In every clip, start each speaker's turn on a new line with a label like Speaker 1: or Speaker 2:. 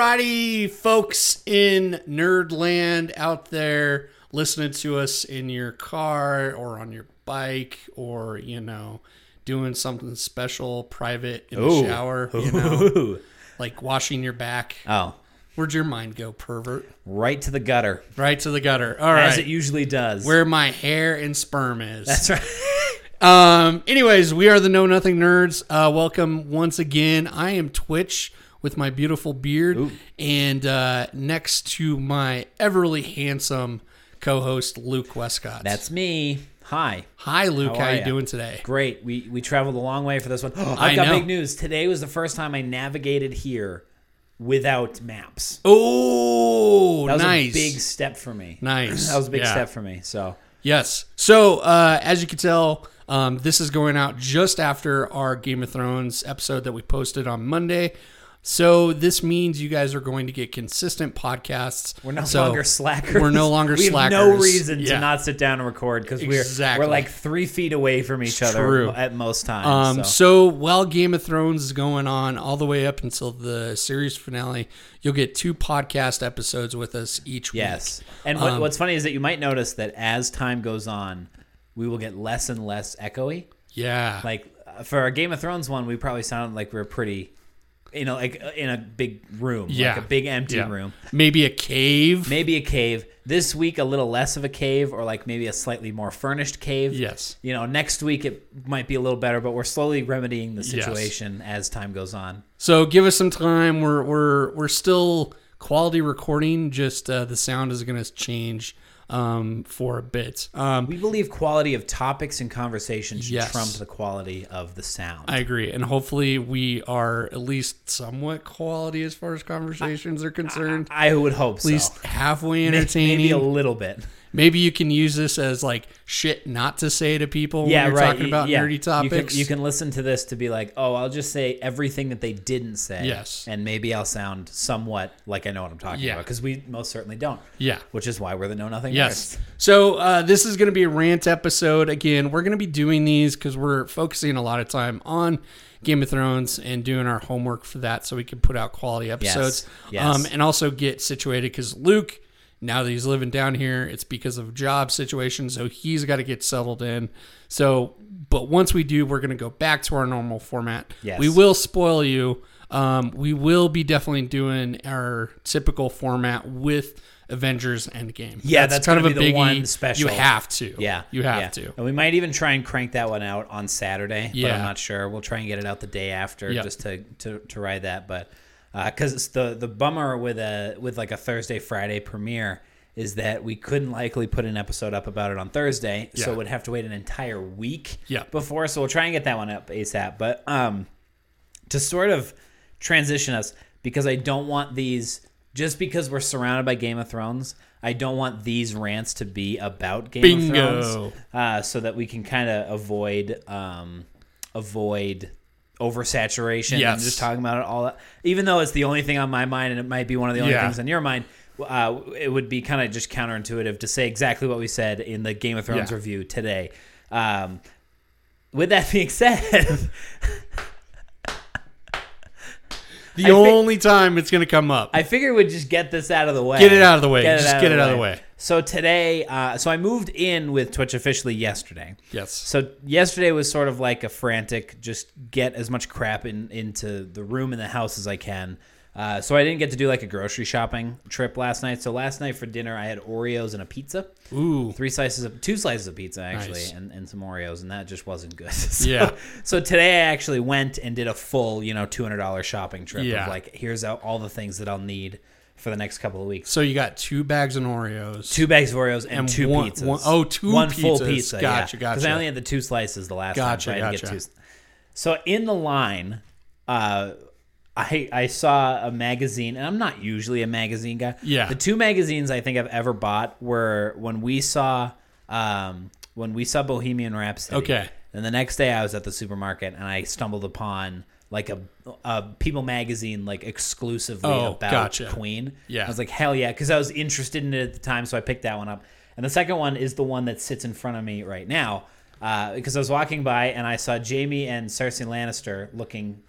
Speaker 1: Alrighty, folks in Nerdland out there listening to us in your car or on your bike or, you know, doing something special, private in
Speaker 2: Ooh.
Speaker 1: the shower, you know,
Speaker 2: Ooh.
Speaker 1: like washing your back.
Speaker 2: Oh,
Speaker 1: Where'd your mind go, pervert?
Speaker 2: right to the gutter,
Speaker 1: Right to the gutter. All
Speaker 2: as it
Speaker 1: right.
Speaker 2: usually does.
Speaker 1: Where my hair and sperm is.
Speaker 2: That's right.
Speaker 1: Um, anyways, we are the Know Nothing Nerds. Uh, welcome once again. I am Twitch with my beautiful beard, and uh, next to my everly handsome co-host Luke Westcott.
Speaker 2: That's me. Hi.
Speaker 1: hi, Luke. How,
Speaker 2: How are
Speaker 1: you
Speaker 2: ya?
Speaker 1: doing today?
Speaker 2: Great. We we traveled a long way for this one. I've
Speaker 1: I
Speaker 2: got
Speaker 1: know.
Speaker 2: big news. Today was the first time I navigated here without maps.
Speaker 1: Oh,
Speaker 2: That was
Speaker 1: nice,
Speaker 2: a big step for me.
Speaker 1: nice.
Speaker 2: That was a big
Speaker 1: Yeah.
Speaker 2: step for me. So
Speaker 1: Yes. So, uh, as you can tell, um, this is going out just after our Game of Thrones episode that we posted on Monday. So this means you guys are going to get consistent podcasts.
Speaker 2: we're no
Speaker 1: So-
Speaker 2: longer slackers.
Speaker 1: we're no longer
Speaker 2: we have No
Speaker 1: slackers.
Speaker 2: reason
Speaker 1: Yeah.
Speaker 2: to not sit down and record because
Speaker 1: Exactly.
Speaker 2: we're we're like three feet away from each other
Speaker 1: True.
Speaker 2: at most times.
Speaker 1: Um,
Speaker 2: so.
Speaker 1: so while Game of Thrones is going on all the way up until the series finale, you'll get two podcast episodes with us each
Speaker 2: Yes.
Speaker 1: week.
Speaker 2: And what, what's funny is that you might notice that as time goes on, we will get less and less echoey.
Speaker 1: Yeah.
Speaker 2: Like uh, for our Game of Thrones one, we probably sounded like we were pretty, you know, like uh, in a big room,
Speaker 1: yeah.
Speaker 2: like a big empty
Speaker 1: Yeah.
Speaker 2: room.
Speaker 1: Maybe a cave.
Speaker 2: Maybe a cave. This week, a little less of a cave, or like maybe a slightly more furnished cave.
Speaker 1: Yes.
Speaker 2: You know, next week it might be a little better, but we're slowly remedying the
Speaker 1: Yes.
Speaker 2: situation as time goes on.
Speaker 1: So give us some time. We're we're we're still quality recording. Just uh, the sound is going to change um, for a bit. Um,
Speaker 2: We believe quality of topics and conversation should
Speaker 1: Yes.
Speaker 2: trump the quality of the sound.
Speaker 1: I agree, and hopefully we are at least somewhat quality as far as conversations are concerned.
Speaker 2: I would hope
Speaker 1: at least halfway entertaining.
Speaker 2: Maybe
Speaker 1: Maybe,
Speaker 2: a little bit.
Speaker 1: you can use this as like shit not to say to people
Speaker 2: Yeah,
Speaker 1: when you're
Speaker 2: right.
Speaker 1: talking about
Speaker 2: yeah.
Speaker 1: nerdy topics.
Speaker 2: You can, you can listen to this to be like, oh, I'll just say everything that they didn't say.
Speaker 1: Yes.
Speaker 2: And maybe I'll sound somewhat like I know what I'm talking
Speaker 1: Yeah.
Speaker 2: about because we most certainly don't.
Speaker 1: Yeah.
Speaker 2: Which is why we're the Know Nothing
Speaker 1: Yes.
Speaker 2: Nerds.
Speaker 1: So uh, this is going to be a rant episode. Again, we're going to be doing these because we're focusing a lot of time on Game of Thrones and doing our homework for that so we can put out quality episodes.
Speaker 2: Yes.
Speaker 1: Um, and also get situated because Luke, now that he's living down here, it's because of job situation. So he's got to get settled in. So, but once we do, we're going to go back to our normal format.
Speaker 2: Yes.
Speaker 1: We will spoil you. Um, we will be definitely doing our typical format with Avengers Endgame.
Speaker 2: Yeah, that's
Speaker 1: kind of
Speaker 2: gonna
Speaker 1: a
Speaker 2: be
Speaker 1: biggie.
Speaker 2: the one special.
Speaker 1: You have to.
Speaker 2: Yeah.
Speaker 1: you have
Speaker 2: yeah.
Speaker 1: to.
Speaker 2: And we might even try and crank that one out on Saturday. But
Speaker 1: Yeah.
Speaker 2: I'm not sure. We'll try and get it out the day after
Speaker 1: Yeah.
Speaker 2: just to, to, to ride that. But because it's the, the bummer with a with like a Thursday, Friday premiere is that we couldn't likely put an episode up about it on Thursday. So
Speaker 1: Yeah.
Speaker 2: we'd have to wait an entire week
Speaker 1: Yeah.
Speaker 2: before. So we'll try and get that one up ASAP. But um to sort of transition us because I don't want these just because we're surrounded by Game of Thrones, I don't want these rants to be about Game
Speaker 1: Bingo.
Speaker 2: of Thrones, uh, so that we can kind of avoid um, avoid oversaturation
Speaker 1: Yes.
Speaker 2: and just talking about it all. Even though it's the only thing on my mind, and it might be one of the only
Speaker 1: Yeah.
Speaker 2: things on your mind, uh, it would be kind of just counterintuitive to say exactly what we said in the Game of Thrones
Speaker 1: Yeah.
Speaker 2: review today. Um, with that being said,
Speaker 1: The
Speaker 2: I think-
Speaker 1: only time it's going to come up.
Speaker 2: I figured we'd just get this out of the way.
Speaker 1: Get it out of the way. Just get it out of the way.
Speaker 2: So today, uh, so I moved in with Twitch officially yesterday.
Speaker 1: yes.
Speaker 2: So yesterday was sort of like a frantic, just get as much crap in into the room in the house as I can. Uh, so I didn't get to do like a grocery shopping trip last night. So last night for dinner, I had Oreos and a pizza,
Speaker 1: Ooh.
Speaker 2: three slices of two slices of pizza actually,
Speaker 1: Nice.
Speaker 2: and, and some Oreos, and that just wasn't good. so,
Speaker 1: Yeah.
Speaker 2: So today I actually went and did a full, you know, two hundred dollar shopping trip
Speaker 1: Yeah.
Speaker 2: of like here's all- all the things that I'll need for the next couple of weeks.
Speaker 1: So you got two bags of Oreos.
Speaker 2: Two bags of Oreos and,
Speaker 1: And
Speaker 2: two
Speaker 1: one-
Speaker 2: pizzas.
Speaker 1: one- oh, two
Speaker 2: one full
Speaker 1: pizzas.
Speaker 2: pizza.
Speaker 1: Gotcha,
Speaker 2: Because
Speaker 1: gotcha.
Speaker 2: I only had the two slices the last
Speaker 1: Gotcha,
Speaker 2: time. so I didn't get
Speaker 1: gotcha.
Speaker 2: two. So in the line, uh, I I saw a magazine, and I'm not usually a magazine guy.
Speaker 1: Yeah.
Speaker 2: The two magazines I think I've ever bought were when we saw um, when we saw Bohemian Rhapsody.
Speaker 1: Okay.
Speaker 2: And the next day I was at the supermarket and I stumbled upon like a, a People magazine like exclusively
Speaker 1: Oh,
Speaker 2: about
Speaker 1: gotcha.
Speaker 2: Queen.
Speaker 1: Yeah.
Speaker 2: I was like, hell yeah, because I was interested in it at the time, so I picked that one up. And the second one is the one that sits in front of me right now, uh, because I was walking by and I saw Jamie and Cersei Lannister looking.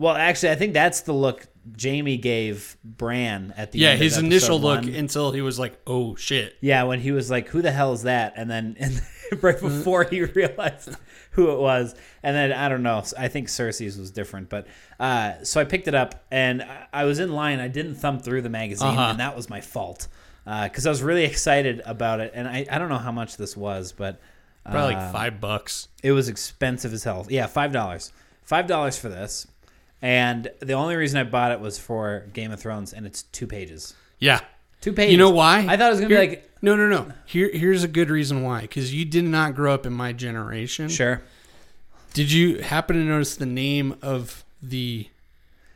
Speaker 2: Well, actually, I think that's the look Jamie gave Bran at the
Speaker 1: Yeah,
Speaker 2: end of
Speaker 1: his
Speaker 2: episode
Speaker 1: initial look
Speaker 2: one.
Speaker 1: until he was like, "Oh shit."
Speaker 2: Yeah, when he was like, "Who the hell is that?" and then and right
Speaker 1: Mm-hmm.
Speaker 2: before he realized who it was, and then I don't know. I think Cersei's was different, but uh, so I picked it up and I- I was in line. I didn't thumb through the magazine,
Speaker 1: Uh-huh.
Speaker 2: and that was my fault because I was really excited about it. And I, I don't know how much this was, but
Speaker 1: Probably
Speaker 2: uh,
Speaker 1: like 5 bucks.
Speaker 2: it was expensive as hell. Yeah, five dollars. Five dollars for this, and the only reason I bought it was for Game of Thrones, and it's two pages.
Speaker 1: Yeah.
Speaker 2: Two pages.
Speaker 1: You know why?
Speaker 2: I thought it was gonna
Speaker 1: Here-
Speaker 2: be like
Speaker 1: No, no, no. Here here's a good reason why cuz you did not grow up in my generation.
Speaker 2: sure.
Speaker 1: Did you happen to notice the name of the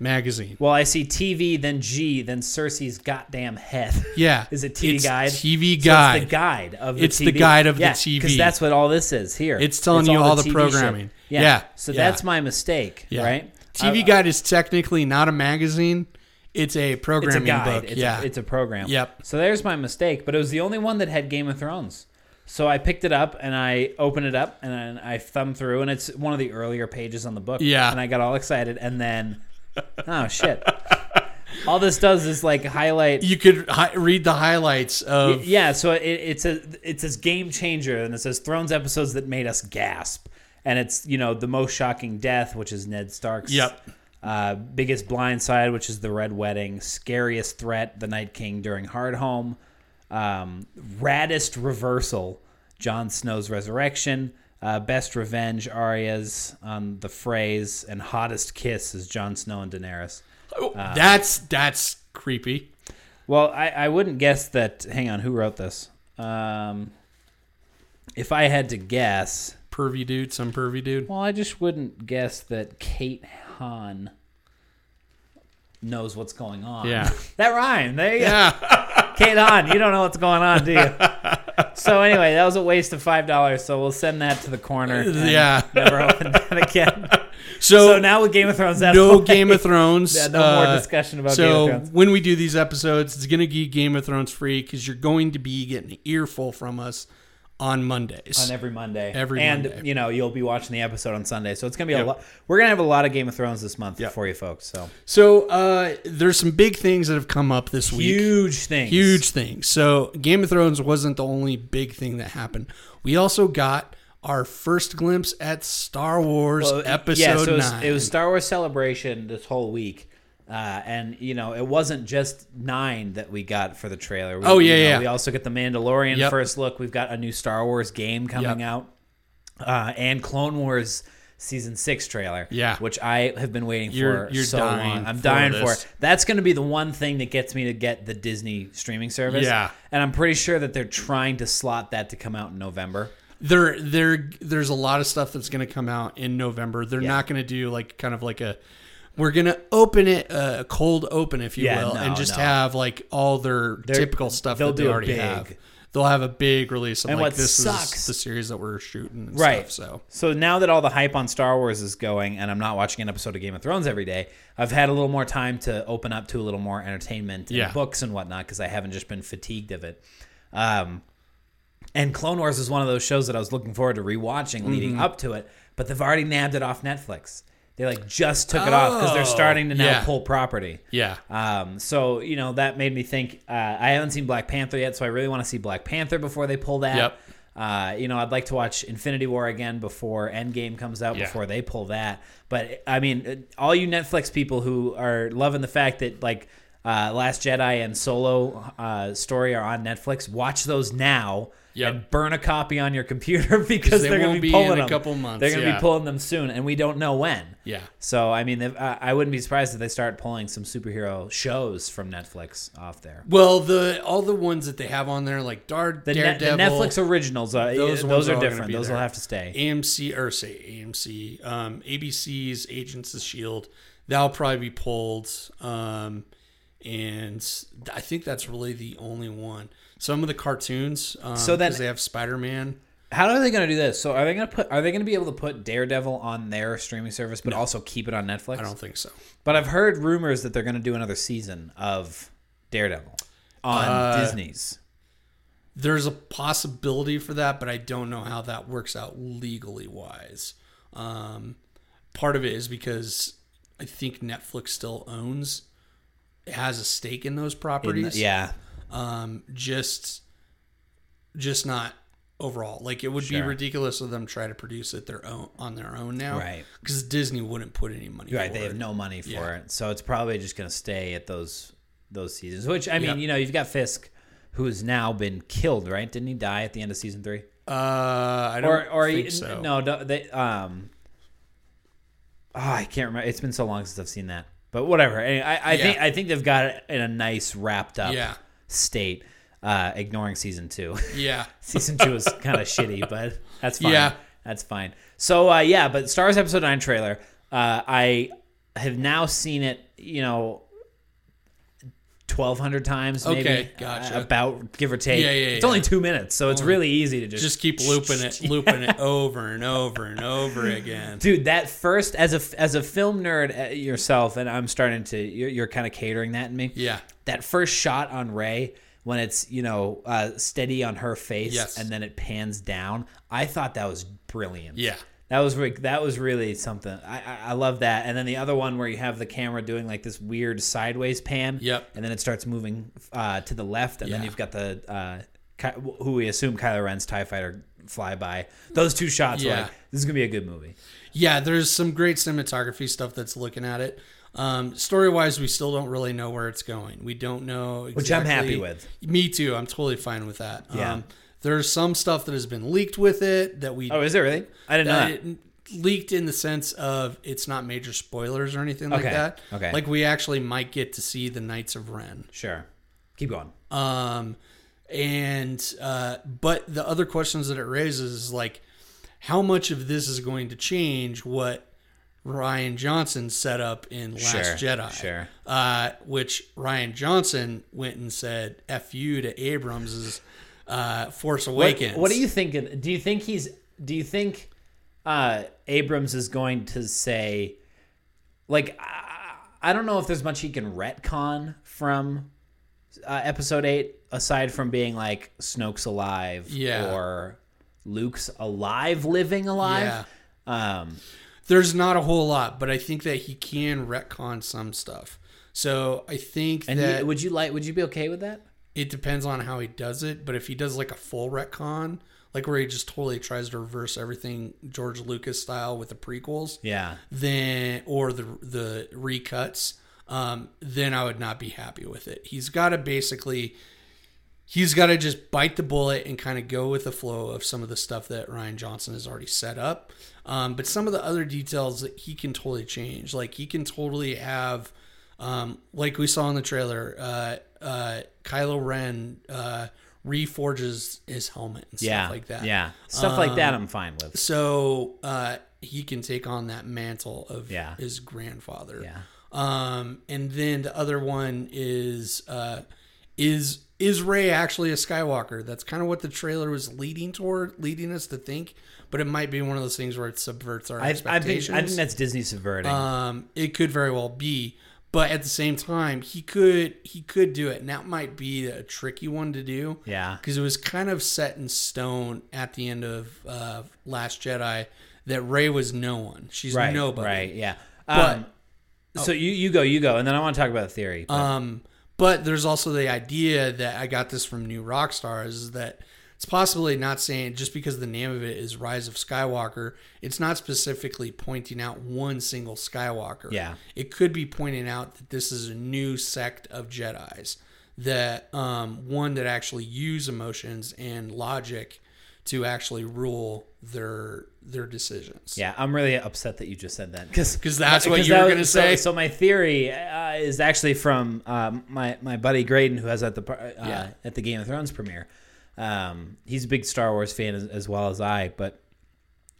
Speaker 1: magazine?
Speaker 2: Well, I see TV, then G, then Cersei's goddamn head.
Speaker 1: Yeah.
Speaker 2: is it TV
Speaker 1: It's
Speaker 2: guide?
Speaker 1: TV
Speaker 2: So
Speaker 1: guide.
Speaker 2: it's the guide of the
Speaker 1: It's the
Speaker 2: TV.
Speaker 1: guide of the
Speaker 2: yeah,
Speaker 1: TV.
Speaker 2: Because that's what all this is here.
Speaker 1: It's telling you all the
Speaker 2: TV shit.
Speaker 1: programming.
Speaker 2: Yeah.
Speaker 1: Yeah,
Speaker 2: So
Speaker 1: yeah.
Speaker 2: that's my mistake, right?
Speaker 1: TV
Speaker 2: I-
Speaker 1: Guide is technically not a magazine. It's a
Speaker 2: It's a
Speaker 1: programming
Speaker 2: guide.
Speaker 1: book.
Speaker 2: It's,
Speaker 1: yeah.
Speaker 2: a, it's a program.
Speaker 1: Yep.
Speaker 2: So there's my mistake, but it was the only one that had Game of Thrones. So I picked it up and I opened it up and I I thumbed through and it's one of the earlier pages on the book.
Speaker 1: Yeah.
Speaker 2: And I got all excited and then, oh shit! all this does is like highlight
Speaker 1: you could hi- read the highlights of
Speaker 2: yeah so it, it's a it says game changer and it says thrones episodes that made us gasp and it's you know the most shocking death which is ned stark's
Speaker 1: Yep.
Speaker 2: uh, biggest blind side which is the red wedding scariest threat the night king during hardhome um, raddest reversal Jon Snow's resurrection, uh, best revenge Arya's on the phrase, and hottest kiss is Jon Snow and Daenerys.
Speaker 1: Oh,
Speaker 2: uh.
Speaker 1: that's that's creepy.
Speaker 2: Well, I, I wouldn't guess that. Hang on, who wrote this? Um, if I had to guess,
Speaker 1: Pervy dude, some pervy dude.
Speaker 2: well, I just wouldn't guess that Kate Hahn knows what's going on.
Speaker 1: Yeah.
Speaker 2: that rhymed. There you go.
Speaker 1: Yeah.
Speaker 2: Kate Hahn, you don't know what's going on, do you? so anyway, that was a waste of five dollars. So we'll send that to the corner. and
Speaker 1: Yeah.
Speaker 2: never open that again.
Speaker 1: So,
Speaker 2: So now with Game of Thrones, that's
Speaker 1: no
Speaker 2: why.
Speaker 1: Game of Thrones. uh,
Speaker 2: Yeah, no more discussion about
Speaker 1: so
Speaker 2: Game of Thrones.
Speaker 1: when we do these episodes, it's going to be Game of Thrones free because you're going to be getting an earful from us on Mondays.
Speaker 2: on every Monday.
Speaker 1: Every
Speaker 2: and
Speaker 1: Monday.
Speaker 2: you know you'll be watching the episode on Sunday, so it's gonna be
Speaker 1: Yep.
Speaker 2: a lot. We're gonna have a lot of Game of Thrones this month
Speaker 1: Yep.
Speaker 2: for you folks. So
Speaker 1: so uh, there's some big things that have come up this week.
Speaker 2: huge things,
Speaker 1: Huge thing. So Game of Thrones wasn't the only big thing that happened. We also got our first glimpse at Star Wars
Speaker 2: Well,
Speaker 1: Episode
Speaker 2: yeah, so it was,
Speaker 1: Nine.
Speaker 2: It was Star Wars Celebration this whole week. Uh, and you know it wasn't just nine that we got for the trailer. We,
Speaker 1: Oh, yeah,
Speaker 2: you know,
Speaker 1: yeah.
Speaker 2: We also get the Mandalorian
Speaker 1: Yep.
Speaker 2: first look. We've got a new Star Wars game coming
Speaker 1: Yep.
Speaker 2: out, uh, and Clone Wars season six trailer.
Speaker 1: Yeah.
Speaker 2: which I have been waiting
Speaker 1: You're-
Speaker 2: for
Speaker 1: you're
Speaker 2: so
Speaker 1: dying
Speaker 2: long. I'm
Speaker 1: for
Speaker 2: dying for
Speaker 1: this.
Speaker 2: it. That's going to be the one thing that gets me to get the Disney streaming service.
Speaker 1: Yeah.
Speaker 2: and I'm pretty sure that they're trying to slot that to come out in November.
Speaker 1: there there there's a lot of stuff that's going to come out in November. They're not going to do like kind of like a we're going to open it uh, a cold open if you
Speaker 2: Yeah,
Speaker 1: will
Speaker 2: no,
Speaker 1: and just
Speaker 2: no.
Speaker 1: have like all their typical stuff
Speaker 2: they'll
Speaker 1: that they
Speaker 2: do a
Speaker 1: already
Speaker 2: big.
Speaker 1: have. They'll have a big release of
Speaker 2: And
Speaker 1: like
Speaker 2: what
Speaker 1: this
Speaker 2: sucks-
Speaker 1: is the series that we're shooting and
Speaker 2: Right.
Speaker 1: stuff. So
Speaker 2: So now that all the hype on Star Wars is going, and I'm not watching an episode of Game of Thrones every day, I've had a little more time to open up to a little more entertainment and
Speaker 1: Yeah.
Speaker 2: books and whatnot because I haven't just been fatigued of it. Um, and Clone Wars is one of those shows that I was looking forward to rewatching leading
Speaker 1: Mm-hmm.
Speaker 2: up to it, but they've already nabbed it off Netflix. They like just took it off because they're
Speaker 1: Oh,
Speaker 2: starting to now
Speaker 1: yeah.
Speaker 2: pull property.
Speaker 1: yeah.
Speaker 2: Um, so you know that made me think. Uh, I haven't seen Black Panther yet, so I really want to see Black Panther before they pull that.
Speaker 1: Yep.
Speaker 2: Uh, you know, I'd like to watch Infinity War again before Endgame comes out,
Speaker 1: Yeah.
Speaker 2: before they pull that. But I mean, uh, all you Netflix people who are loving the fact that like uh, Last Jedi and Solo uh, story are on Netflix, watch those now
Speaker 1: Yep.
Speaker 2: and burn a copy on your computer because
Speaker 1: they
Speaker 2: they are going
Speaker 1: won't
Speaker 2: to
Speaker 1: be
Speaker 2: be
Speaker 1: in
Speaker 2: pulling
Speaker 1: a
Speaker 2: them.
Speaker 1: couple months,
Speaker 2: They're going to
Speaker 1: yeah.
Speaker 2: be pulling them soon, and we don't know when.
Speaker 1: Yeah.
Speaker 2: So I mean, if- I I wouldn't be surprised if they start pulling some superhero shows from Netflix off there.
Speaker 1: Well, the all the ones that they have on there like Dar-
Speaker 2: The, Ne- the
Speaker 1: Daredevil,
Speaker 2: Netflix originals, are,
Speaker 1: those
Speaker 2: those,
Speaker 1: ones are
Speaker 2: are
Speaker 1: all gonna
Speaker 2: different.
Speaker 1: be
Speaker 2: Those
Speaker 1: there.
Speaker 2: will have to stay.
Speaker 1: AMC or say AMC, um, ABC's Agents of Shield. E That'll probably be pulled, um, and I think that's really the only one. Some of the cartoons, um,
Speaker 2: So
Speaker 1: so
Speaker 2: then-
Speaker 1: that they have Spider Man.
Speaker 2: How are they going to do this? So are they going to put? Are they going to be able to put Daredevil on their streaming service, but also keep it on Netflix?
Speaker 1: I don't think so.
Speaker 2: But I've heard rumors that they're going to do another season of Daredevil on
Speaker 1: Uh,
Speaker 2: Disney's.
Speaker 1: There's a possibility for that, but I don't know how that works out legally wise. Um, part of it is because I think Netflix still owns has a stake in those
Speaker 2: In the-
Speaker 1: properties.
Speaker 2: yeah,
Speaker 1: Um, just, just not overall. Like it would be ridiculous of them try to produce it their own on their own now,
Speaker 2: Right.
Speaker 1: Because Disney wouldn't put any money.
Speaker 2: right.
Speaker 1: for
Speaker 2: They
Speaker 1: it.
Speaker 2: have no money for
Speaker 1: Yeah.
Speaker 2: it, so it's probably just going to stay at those those seasons. Which I mean,
Speaker 1: Yeah.
Speaker 2: you know, you've got Fisk, who's now been killed. Right? Didn't he die at the end of season three?
Speaker 1: Uh, I don't
Speaker 2: or or
Speaker 1: think
Speaker 2: he-
Speaker 1: so.
Speaker 2: no, no, they um. Oh, I can't remember. It's been so long since I've seen that, but whatever. Anyway, I, I
Speaker 1: Yeah.
Speaker 2: think I think they've got it in a nice wrapped up
Speaker 1: Yeah.
Speaker 2: state. Uh, ignoring season two,
Speaker 1: Yeah.
Speaker 2: season two was kind of shitty, but that's fine.
Speaker 1: Yeah.
Speaker 2: That's fine. So uh, yeah, but Star Wars Episode Nine trailer. Uh, I have now seen it. You know. 1200 times maybe
Speaker 1: Okay,
Speaker 2: uh,
Speaker 1: gotcha.
Speaker 2: about give or take
Speaker 1: Yeah, yeah,
Speaker 2: it's
Speaker 1: yeah.
Speaker 2: only two minutes so it's really easy to just
Speaker 1: Just keep looping it, looping it over and over and over again.
Speaker 2: dude that first as a as a film nerd uh, yourself and i'm starting to you're, you're kind of catering that in me
Speaker 1: Yeah.
Speaker 2: that first shot on ray when it's you know uh, steady on her face
Speaker 1: Yes.
Speaker 2: and then it pans down i thought that was brilliant
Speaker 1: Yeah.
Speaker 2: that was re- that was really something. I, I I love that. And then the other one where you have the camera doing like this weird sideways pan.
Speaker 1: Yep.
Speaker 2: And then it starts moving uh, to the left, and then
Speaker 1: Yeah.
Speaker 2: you've got the uh, Ky- who we assume Kylo Ren's Tie Fighter flyby. Those two shots. Were
Speaker 1: Yeah.
Speaker 2: like, this is gonna be a good movie.
Speaker 1: Yeah, there's some great cinematography stuff that's looking at it. Um, story wise, we still don't really know where it's going. We don't know exactly.
Speaker 2: Which I'm happy with.
Speaker 1: Me too. I'm totally fine with that.
Speaker 2: Yeah.
Speaker 1: Um, there's some stuff that has been leaked with it that we
Speaker 2: Oh, is it really? I didn't know
Speaker 1: that
Speaker 2: that.
Speaker 1: it leaked in the sense of it's not major spoilers or anything like
Speaker 2: Okay,
Speaker 1: that.
Speaker 2: okay.
Speaker 1: Like we actually might get to see the Knights of Ren.
Speaker 2: Sure. Keep going.
Speaker 1: Um, and uh, but the other questions that it raises is like, how much of this is going to change what Ryan Johnson set up in Last
Speaker 2: Sure,
Speaker 1: Jedi?
Speaker 2: sure.
Speaker 1: Uh, which Ryan Johnson went and said "f you" to Abrams' uh, Force Awakens.
Speaker 2: What, what do you think? of- Do you think he's? Do you think uh, Abrams is going to say, like, I, I don't know if there's much he can retcon from uh, Episode Eight, aside from being like Snoke's alive,
Speaker 1: Yeah.
Speaker 2: or Luke's alive, living alive. Um,
Speaker 1: There's not a whole lot, but I think that he can retcon some stuff. So I think
Speaker 2: and
Speaker 1: that
Speaker 2: you- would you like? Would you be okay with that?
Speaker 1: it depends on how he does it, but if he does like a full retcon, like where he just totally tries to reverse everything George Lucas style with the prequels,
Speaker 2: Yeah.
Speaker 1: then or the the recuts, um, then I would not be happy with it. He's got to basically he's got to just bite the bullet and kind of go with the flow of some of the stuff that Ryan Johnson has already set up. Um, but some of the other details that he can totally change, like he can totally have, um, like we saw in the trailer, uh, uh, Kylo Ren uh, reforges his helmet and stuff
Speaker 2: Yeah.
Speaker 1: like that. Um,
Speaker 2: Yeah. Stuff like that, I'm fine with.
Speaker 1: So uh, he can take on that mantle of
Speaker 2: Yeah.
Speaker 1: his grandfather.
Speaker 2: Yeah.
Speaker 1: Um, and then the other one is uh, is is Ray actually a Skywalker? That's kind of what the trailer was leading toward, leading us to think. But it might be one of those things where it subverts our
Speaker 2: I, I, think,
Speaker 1: expectations.
Speaker 2: I think that's Disney subverting.
Speaker 1: Um, it could very well be, but at the same time, he could he could do it, and that might be a tricky one to do.
Speaker 2: Yeah.
Speaker 1: because it was kind of set in stone at the end of uh, Last Jedi that Ray was no one. She's
Speaker 2: right.
Speaker 1: nobody.
Speaker 2: Right. Yeah.
Speaker 1: But- oh.
Speaker 2: Um, so you you go you go, and then I want to talk about the theory. but-
Speaker 1: Um, but there's also the idea that I got this from New Rockstars is that it's possibly not saying just because the name of it is Rise of Skywalker, it's not specifically pointing out one single Skywalker.
Speaker 2: Yeah.
Speaker 1: It could be pointing out that this is a new sect of Jedi's that um, one that actually use emotions and logic to actually rule their their decisions.
Speaker 2: yeah, I'm really upset that you just said that Uh, because
Speaker 1: 'Cause that's what you were gonna say.
Speaker 2: So, my theory uh, is actually from um, my my buddy Graydon, who has at the par- uh,
Speaker 1: Yeah.
Speaker 2: at the Game of Thrones premiere. Um, he's a big Star Wars fan as, as well as I, but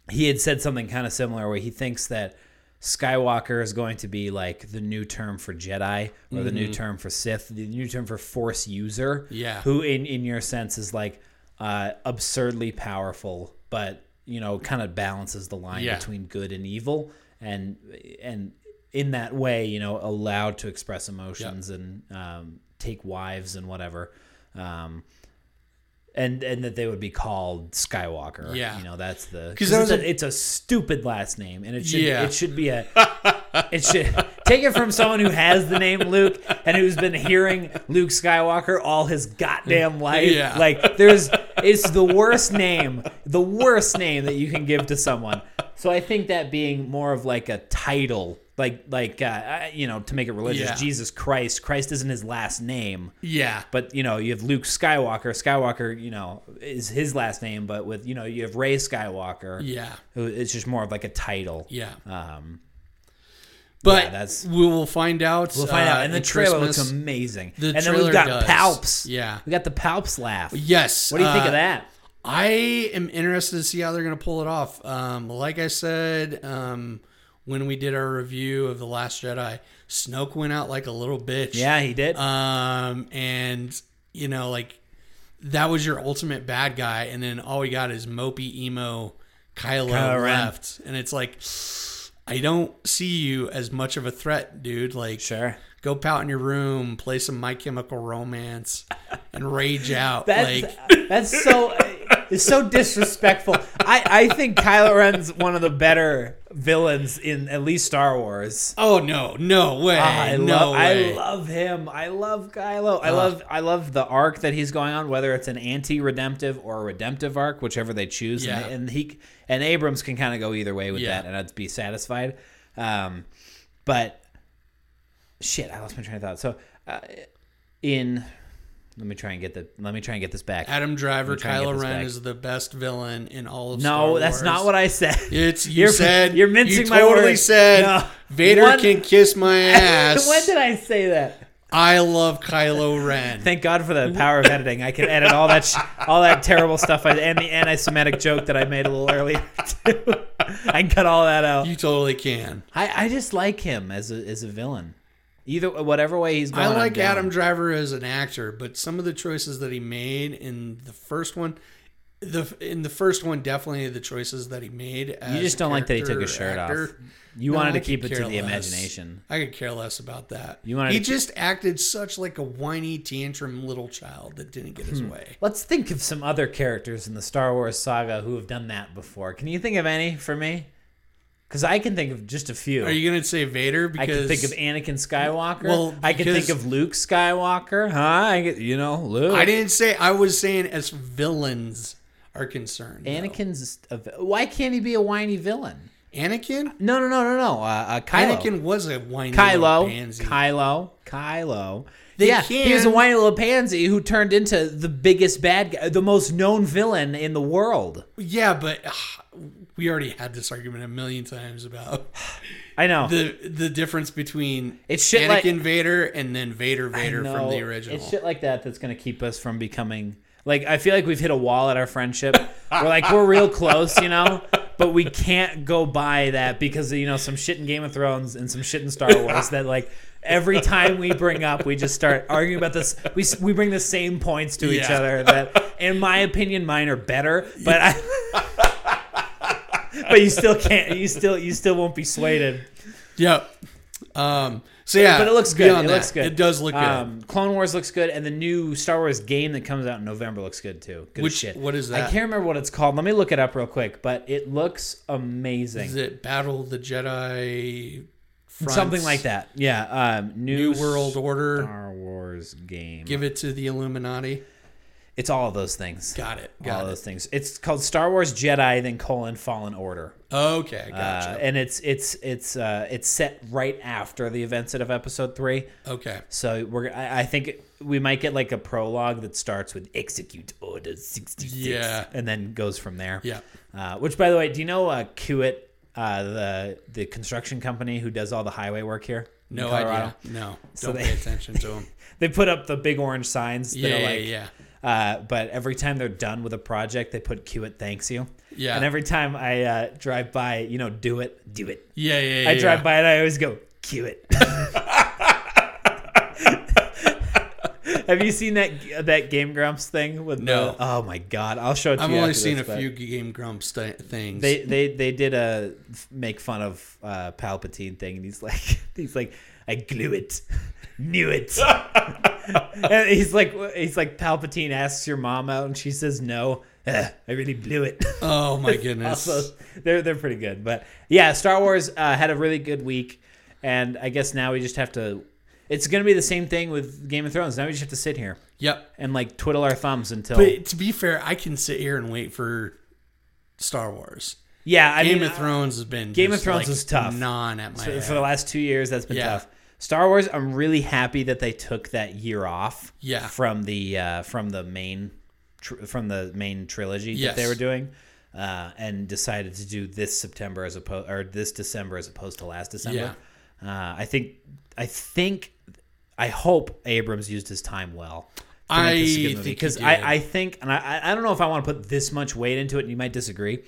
Speaker 2: he had said something kind of similar where he thinks that Skywalker is going to be like the new term for Jedi or the new term for Sith, the new term for Force user.
Speaker 1: Mm-hmm. Yeah.
Speaker 2: Who, in, in your sense, is like uh, absurdly powerful, but, you know, kind of balances the line
Speaker 1: Yeah.
Speaker 2: between good and evil. And, and, in that way, you know, allowed to express emotions and um, take wives and whatever, um, and and that they would be called Skywalker.
Speaker 1: Yeah.
Speaker 2: you know, that's the
Speaker 1: 'Cause
Speaker 2: because
Speaker 1: that was
Speaker 2: it's,
Speaker 1: a-
Speaker 2: a- it's a stupid last name, and it should
Speaker 1: Yeah.
Speaker 2: it should be a it should Take it from someone who has the name Luke and who's been hearing Luke Skywalker all his goddamn life.
Speaker 1: Yeah.
Speaker 2: Like there's it's the worst name, the worst name that you can give to someone. So I think that being more of like a title, like like uh, uh, you know, to make it religious,
Speaker 1: Yeah.
Speaker 2: Jesus Christ. Christ isn't his last name.
Speaker 1: Yeah.
Speaker 2: But you know, you have Luke Skywalker. Skywalker, you know, is his last name, but with you know, you have Ray Skywalker.
Speaker 1: Yeah.
Speaker 2: who- It's just more of like a title.
Speaker 1: Yeah.
Speaker 2: Um,
Speaker 1: But
Speaker 2: yeah, that's-
Speaker 1: we will find out.
Speaker 2: we'll find
Speaker 1: uh,
Speaker 2: out. And the
Speaker 1: at
Speaker 2: trailer
Speaker 1: Christmas.
Speaker 2: looks amazing.
Speaker 1: The
Speaker 2: and then we've
Speaker 1: trailer
Speaker 2: got
Speaker 1: does.
Speaker 2: Palps.
Speaker 1: Yeah.
Speaker 2: We got the Palps laugh.
Speaker 1: Yes.
Speaker 2: What do you think
Speaker 1: uh,
Speaker 2: of that?
Speaker 1: I am interested to see how they're going to pull it off. Um, like I said, um, when we did our review of The Last Jedi, Snoke went out like a little bitch.
Speaker 2: Yeah, he did.
Speaker 1: Um, and, you know, like that was your ultimate bad guy. And then all we got is mopey emo Kylo,
Speaker 2: Kylo Ren.
Speaker 1: left. And it's like, I don't see you as much of a threat, dude. Like,
Speaker 2: sure.
Speaker 1: go pout in your room, play some My Chemical Romance, and rage out.
Speaker 2: That's
Speaker 1: like,
Speaker 2: that's so uh, it's so disrespectful. I I think Kylo Ren's one of the better villains in at least Star Wars.
Speaker 1: oh no, no way,
Speaker 2: Ah, I
Speaker 1: no
Speaker 2: love,
Speaker 1: way.
Speaker 2: I love him. I love Kylo. I love, I love the arc that he's going on, whether it's an anti-redemptive or a redemptive arc, whichever they choose.
Speaker 1: Yeah.
Speaker 2: And, and he and Abrams can kind of go either way with
Speaker 1: Yeah.
Speaker 2: that, and I'd be satisfied. Um, but shit, I lost my train of thought. So, uh, in let me try and get the let me try and get this back.
Speaker 1: Adam Driver,
Speaker 2: I'm trying to get
Speaker 1: Kylo
Speaker 2: this
Speaker 1: Ren
Speaker 2: back.
Speaker 1: is the best villain in all of Star
Speaker 2: no, that's not what I said.
Speaker 1: It's you
Speaker 2: You're-
Speaker 1: said
Speaker 2: you're mincing
Speaker 1: you
Speaker 2: my
Speaker 1: totally
Speaker 2: words.
Speaker 1: said
Speaker 2: No.
Speaker 1: Vader
Speaker 2: One-
Speaker 1: can kiss my ass.
Speaker 2: when did I say that?
Speaker 1: I love Kylo Ren.
Speaker 2: Thank God for the
Speaker 1: Mhm.
Speaker 2: power of editing. I can edit all that, sh- all that terrible stuff, I, and the anti-Semitic joke that I made a little earlier. Too. I can cut all that out.
Speaker 1: you totally can.
Speaker 2: I, I just like him as a as a villain, either whatever way he's going.
Speaker 1: I
Speaker 2: I'm
Speaker 1: like
Speaker 2: down.
Speaker 1: Adam Driver as an actor, but some of the choices that he made in the first one, the in the first one, definitely the choices that he made. As
Speaker 2: You just
Speaker 1: a
Speaker 2: don't like that he took
Speaker 1: character
Speaker 2: his shirt
Speaker 1: actor.
Speaker 2: off. You
Speaker 1: No,
Speaker 2: wanted
Speaker 1: I
Speaker 2: to
Speaker 1: could
Speaker 2: keep it to
Speaker 1: care
Speaker 2: the
Speaker 1: less.
Speaker 2: imagination.
Speaker 1: I could care less about that.
Speaker 2: You wanted
Speaker 1: he
Speaker 2: to-
Speaker 1: just acted such like a whiny tantrum little child that didn't get his
Speaker 2: Hmm.
Speaker 1: way.
Speaker 2: Let's think of some other characters in the Star Wars saga who have done that before. Can you think of any for me? Because I can think of just a few.
Speaker 1: Are you gonna say Vader?
Speaker 2: I
Speaker 1: Because
Speaker 2: can think of Anakin Skywalker.
Speaker 1: Well,
Speaker 2: I can
Speaker 1: because-
Speaker 2: think of Luke Skywalker. Huh? I get, you know, Luke.
Speaker 1: I didn't say. I was saying as villains are concerned. though.
Speaker 2: Anakin's. A, vi- why can't he be a whiny villain?
Speaker 1: Anakin.
Speaker 2: No, no, no, no, no. Uh, uh, Kylo.
Speaker 1: Anakin was a whiny little
Speaker 2: Kylo.
Speaker 1: pansy.
Speaker 2: Kylo. Kylo.
Speaker 1: They
Speaker 2: yeah, he was a
Speaker 1: can-
Speaker 2: whiny little pansy who turned into the biggest bad guy, the most known villain in the world.
Speaker 1: Yeah, but ugh, we already had this argument a million times about
Speaker 2: I know.
Speaker 1: the the difference between
Speaker 2: It's shit
Speaker 1: Anakin
Speaker 2: like-
Speaker 1: Vader and then Vader Vader
Speaker 2: I
Speaker 1: from the
Speaker 2: know.
Speaker 1: original.
Speaker 2: It's shit like that that's gonna keep us from becoming like I feel like we've hit a wall at our friendship. we're like we're real close, you know, but we can't go by that because you know some shit in Game of Thrones and some shit in Star Wars that like every time we bring up we just start arguing about this we s- we bring the same points to each
Speaker 1: Yeah.
Speaker 2: other that in my opinion mine are better, but I but you still can't you still you still won't be swayed.
Speaker 1: Yep. Um. So yeah,
Speaker 2: but it looks good.
Speaker 1: beyond
Speaker 2: It
Speaker 1: that,
Speaker 2: looks good.
Speaker 1: It does look good.
Speaker 2: Um, Clone Wars looks good, and the new Star Wars game that comes out in November looks good too. Good as
Speaker 1: Which-
Speaker 2: shit.
Speaker 1: what is
Speaker 2: I
Speaker 1: that?
Speaker 2: can't remember what it's called. Let me look it up real quick. But it looks amazing.
Speaker 1: Is it Battle of the Jedi? Front,
Speaker 2: Something like that. Yeah. Um, new,
Speaker 1: New World Order.
Speaker 2: Star Wars game.
Speaker 1: Give it to the Illuminati.
Speaker 2: it's all of those things.
Speaker 1: Got it.
Speaker 2: all
Speaker 1: Got it.
Speaker 2: those things. It's called Star Wars Jedi, then colon Fallen Order.
Speaker 1: Okay. Gotcha.
Speaker 2: Uh, and it's it's it's uh, it's set right after the events of Episode Three.
Speaker 1: okay.
Speaker 2: So we're. I, I think we might get like a prologue that starts with "Execute Order 66,"
Speaker 1: Yeah.
Speaker 2: and then goes from there.
Speaker 1: Yeah.
Speaker 2: Uh, which, by the way, do you know uh, Kiewit, uh, the the construction company who does all the highway work here? in
Speaker 1: No
Speaker 2: Colorado?
Speaker 1: idea. No. Don't
Speaker 2: they-
Speaker 1: pay attention to him.
Speaker 2: They put up the big orange signs that
Speaker 1: yeah.
Speaker 2: are
Speaker 1: Yeah.
Speaker 2: like,
Speaker 1: yeah.
Speaker 2: uh, but every time they're done with a project, they put Kiewit thanks you.
Speaker 1: Yeah.
Speaker 2: And every time I uh, drive by, you know, do it, do it,
Speaker 1: Yeah. Yeah.
Speaker 2: I
Speaker 1: yeah.
Speaker 2: drive by and I always go, cue it. Have you seen that that Game Grumps thing with
Speaker 1: No.
Speaker 2: the? Oh my god! I'll show it to
Speaker 1: I've
Speaker 2: you.
Speaker 1: only
Speaker 2: after
Speaker 1: seen
Speaker 2: this,
Speaker 1: a
Speaker 2: but
Speaker 1: few Game Grumps th- things.
Speaker 2: They they they did a f- make fun of uh, Palpatine thing, and he's like he's like I glue it, knew it. and he's like he's like Palpatine asks your mom out, and she says no. Ugh, I really blew it.
Speaker 1: oh my goodness.
Speaker 2: Also, they're they're pretty good. But yeah, Star Wars uh, had a really good week. And I guess now we just have to. It's going to be the same thing with Game of Thrones. Now we just have to sit here
Speaker 1: Yep.
Speaker 2: and like twiddle our thumbs until.
Speaker 1: But to be fair, I can sit here and wait for Star Wars.
Speaker 2: yeah, I
Speaker 1: Game
Speaker 2: mean,
Speaker 1: of Thrones has been
Speaker 2: Game of
Speaker 1: just,
Speaker 2: Thrones
Speaker 1: like,
Speaker 2: was tough.
Speaker 1: Non at my
Speaker 2: for,
Speaker 1: head.
Speaker 2: for the last two years that's been
Speaker 1: Yeah.
Speaker 2: tough star wars i'm really happy that they took that year off
Speaker 1: Yeah.
Speaker 2: from the uh from the main tr- from the main trilogy
Speaker 1: Yes.
Speaker 2: that they were doing uh and decided to do this september as opposed or this december as opposed to last december uh i think i think i hope abrams used his time well to make this a good
Speaker 1: I
Speaker 2: movie,
Speaker 1: think he
Speaker 2: because
Speaker 1: did.
Speaker 2: I, I think, and I, I- I don't know if I want to put this much weight into it, and you might disagree,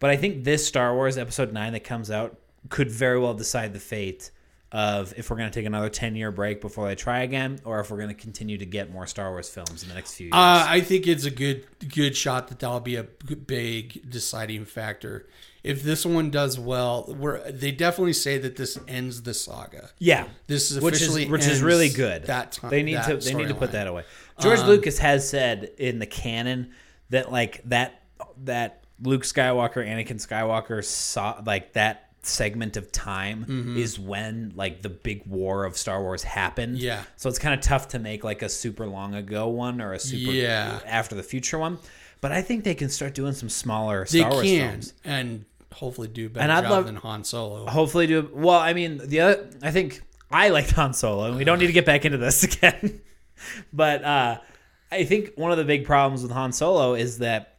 Speaker 2: but I think this Star Wars Episode 9 that comes out could very well decide the fate of if we're going to take another 10 year break before they try again, or if we're going to continue to get more Star Wars films in the next few years.
Speaker 1: Uh, I think it's a good good shot that that'll be a g- big deciding factor. If this one does well, we're, they definitely say that this ends the saga.
Speaker 2: yeah.
Speaker 1: This is
Speaker 2: Which is
Speaker 1: officially
Speaker 2: which is really
Speaker 1: ends
Speaker 2: good.
Speaker 1: That Um, time
Speaker 2: they need to they need to put that away. George Lucas has said in the canon that like that that Luke Skywalker, Anakin Skywalker saw like that segment of time
Speaker 1: Mm-hmm.
Speaker 2: is when like the big war of Star Wars happened.
Speaker 1: Yeah.
Speaker 2: So it's kind of tough to make like a super long ago one or a super
Speaker 1: Yeah.
Speaker 2: after the future one. But I think they can start doing some smaller
Speaker 1: They
Speaker 2: Star Wars
Speaker 1: can
Speaker 2: films.
Speaker 1: and hopefully do a better
Speaker 2: And I'd
Speaker 1: job
Speaker 2: love-
Speaker 1: than Han Solo.
Speaker 2: Hopefully, do well. I mean, the other, I think I liked Han Solo, and we don't need to get back into this again. but uh, I think one of the big problems with Han Solo is that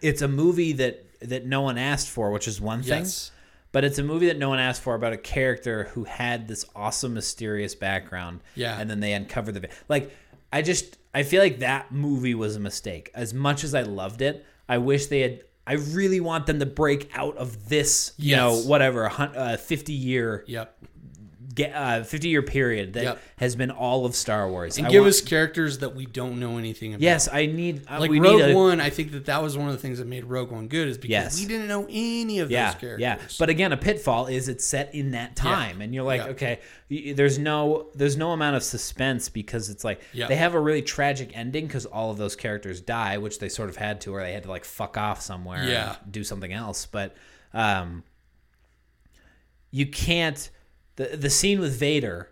Speaker 2: it's a movie that that no one asked for, which is one thing.
Speaker 1: Yes.
Speaker 2: But it's a movie that no one asked for about a character who had this awesome, mysterious background.
Speaker 1: Yeah.
Speaker 2: And then they uncover the like. I just I feel like that movie was a mistake. As much as I loved it, I wish they had. I really want them to break out of this, you know,
Speaker 1: Yes.
Speaker 2: whatever, a hun- uh, fifty year,
Speaker 1: Yep.
Speaker 2: ge- uh, fifty year period that
Speaker 1: Yep.
Speaker 2: has been all of Star Wars.
Speaker 1: And
Speaker 2: I
Speaker 1: give
Speaker 2: want-
Speaker 1: us characters that we don't know anything about.
Speaker 2: yes, I need uh,
Speaker 1: Like
Speaker 2: we
Speaker 1: Rogue
Speaker 2: need a,
Speaker 1: One, I think that that was one of the things that made Rogue One good is because
Speaker 2: Yes.
Speaker 1: we didn't know any of
Speaker 2: yeah,
Speaker 1: those characters.
Speaker 2: Yeah, but again, a pitfall is it's set in that time, and you're like,
Speaker 1: Yeah.
Speaker 2: okay, y- there's no there's no amount of suspense because it's like
Speaker 1: Yeah.
Speaker 2: they have a really tragic ending because all of those characters die, which they sort of had to, or they had to like fuck off somewhere, and
Speaker 1: Yeah.
Speaker 2: do something else. But um, you can't the the scene with Vader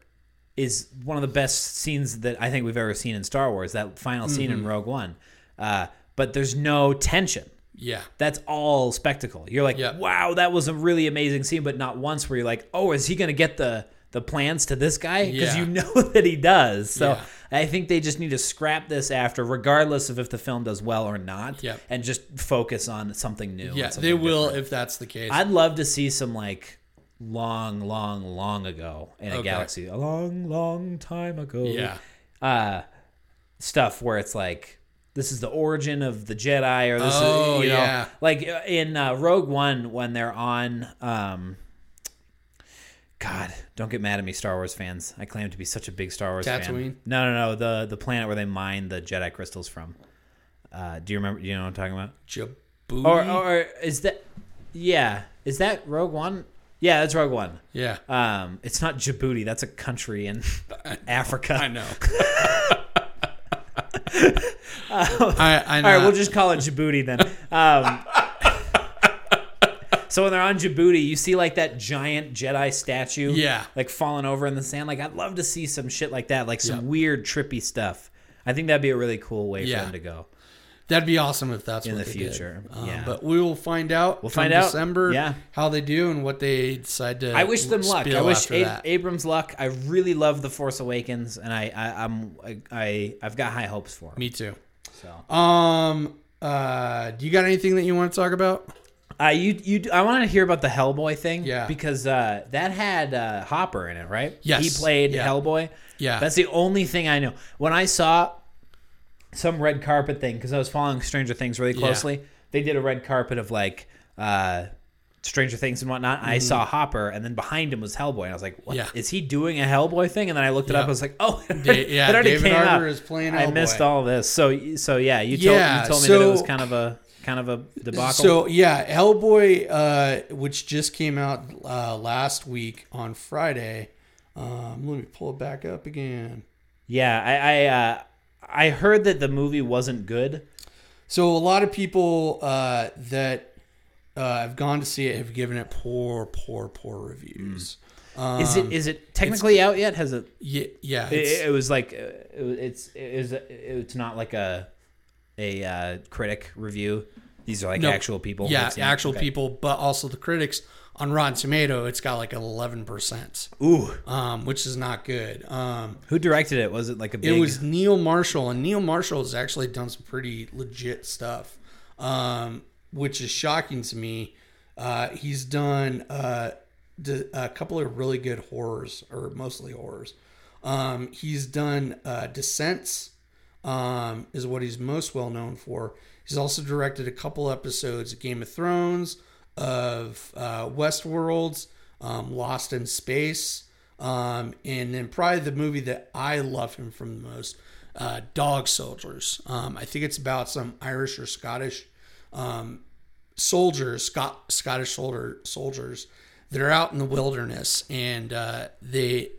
Speaker 2: is one of the best scenes that I think we've ever seen in Star Wars. That final scene
Speaker 1: Mm-hmm.
Speaker 2: in Rogue One, uh, but there's no tension
Speaker 1: yeah.
Speaker 2: that's all spectacle. You're like,
Speaker 1: Yeah.
Speaker 2: wow, that was a really amazing scene, but not once where you're like, oh, is he gonna get the the plans to this guy? Because
Speaker 1: Yeah.
Speaker 2: you know that he does. So
Speaker 1: Yeah.
Speaker 2: I think they just need to scrap this after, regardless of if the film does well or not,
Speaker 1: Yep.
Speaker 2: and just focus on something new. and
Speaker 1: Yeah,
Speaker 2: something
Speaker 1: they will
Speaker 2: different.
Speaker 1: if that's the case.
Speaker 2: I'd love to see some like long, long, long ago in a galaxy, a long, long time ago.
Speaker 1: Yeah.
Speaker 2: Uh, stuff where it's like this is the origin of the Jedi, or this
Speaker 1: Oh,
Speaker 2: is you know,
Speaker 1: yeah.
Speaker 2: like uh, in uh, Rogue One when they're on. Um, God, don't get mad at me, Star Wars fans. I claim to be such a big Star Wars
Speaker 1: Tatooine?
Speaker 2: fan. No, no, no. The the planet where they mine the Jedi crystals from. Uh, do you remember? Do you know what I'm talking about?
Speaker 1: Djibouti.
Speaker 2: Or, or is that? Yeah, is that Rogue One? Yeah, that's Rogue One.
Speaker 1: yeah,
Speaker 2: Um, it's not Djibouti. That's a country in Africa.
Speaker 1: I know. I, I know.
Speaker 2: All right, we'll just call it Djibouti then. Um, so when they're on Djibouti, you see like that giant Jedi statue,
Speaker 1: Yeah.
Speaker 2: like falling over in the sand. Like I'd love to see some shit like that, like some
Speaker 1: Yeah.
Speaker 2: weird trippy stuff. I think that'd be a really cool way
Speaker 1: Yeah.
Speaker 2: for them to go.
Speaker 1: That'd be awesome if that's in
Speaker 2: the future, yeah.
Speaker 1: Um, but we will find out. We'll
Speaker 2: find out,
Speaker 1: December.
Speaker 2: yeah.
Speaker 1: how they do and what they decide to.
Speaker 2: I wish them luck. I
Speaker 1: spill
Speaker 2: wish
Speaker 1: after
Speaker 2: Ab-
Speaker 1: that.
Speaker 2: Abrams luck. I really love the Force Awakens, and I, I I'm I, I I've got high hopes for 'em.
Speaker 1: Me too.
Speaker 2: So
Speaker 1: Um. Uh. Do you got anything that you want to talk about?
Speaker 2: uh, you you I want to hear about the Hellboy thing,
Speaker 1: Yeah.
Speaker 2: because uh, that had uh, Hopper in it, right?
Speaker 1: Yes.
Speaker 2: he played
Speaker 1: Yeah.
Speaker 2: Hellboy.
Speaker 1: Yeah.
Speaker 2: That's the only thing I know. When I saw some red carpet thing, because I was following Stranger Things really closely, they did a red carpet of like uh, Stranger Things and whatnot. I saw Hopper, and then behind him was Hellboy, and I was like, "What is
Speaker 1: Mm-hmm. Yeah.
Speaker 2: he doing a Hellboy thing?" And then I looked it up,
Speaker 1: Yeah.
Speaker 2: and I was like, "Oh, it
Speaker 1: Da-
Speaker 2: already,
Speaker 1: yeah,
Speaker 2: it already
Speaker 1: David
Speaker 2: came
Speaker 1: Harbour
Speaker 2: out.
Speaker 1: is playing
Speaker 2: I missed
Speaker 1: Hellboy.
Speaker 2: all this. So, so yeah, you told
Speaker 1: Yeah,
Speaker 2: you told me that it
Speaker 1: so-
Speaker 2: was kind of a kind of a debacle.
Speaker 1: So yeah, Hellboy, uh, which just came out uh, last week on Friday. Um, let me pull it back up again.
Speaker 2: Yeah, I I, uh, I heard that the movie wasn't good.
Speaker 1: So a lot of people uh, that uh, have gone to see it have given it poor, poor, poor reviews.
Speaker 2: is it is it technically out yet? Has it?
Speaker 1: Yeah, yeah.
Speaker 2: It,
Speaker 1: It's,
Speaker 2: it was like uh, it, it's it is it's not like a a uh, critic review. These are like
Speaker 1: No.
Speaker 2: actual people. who've
Speaker 1: yeah,
Speaker 2: seen it.
Speaker 1: actual
Speaker 2: Okay.
Speaker 1: people, but also the critics on Rotten Tomato. It's got like eleven percent,
Speaker 2: Ooh,
Speaker 1: um, which is not good. Um,
Speaker 2: who directed it? Was it like a big?
Speaker 1: It was Neil Marshall, and Neil Marshall has actually done some pretty legit stuff, um, which is shocking to me. Uh, he's done uh, d- a couple of really good horrors, or mostly horrors. Um, he's done uh, Descents, um, is what he's most well known for. He's also directed a couple episodes of Game of Thrones, of uh, Westworlds, um, Lost in Space, um, and then probably the movie that I love him from the most, uh, Dog Soldiers. Um, I think it's about some Irish or Scottish um, soldiers, Scot- Scottish soldier soldiers, they're out in the wilderness and uh, they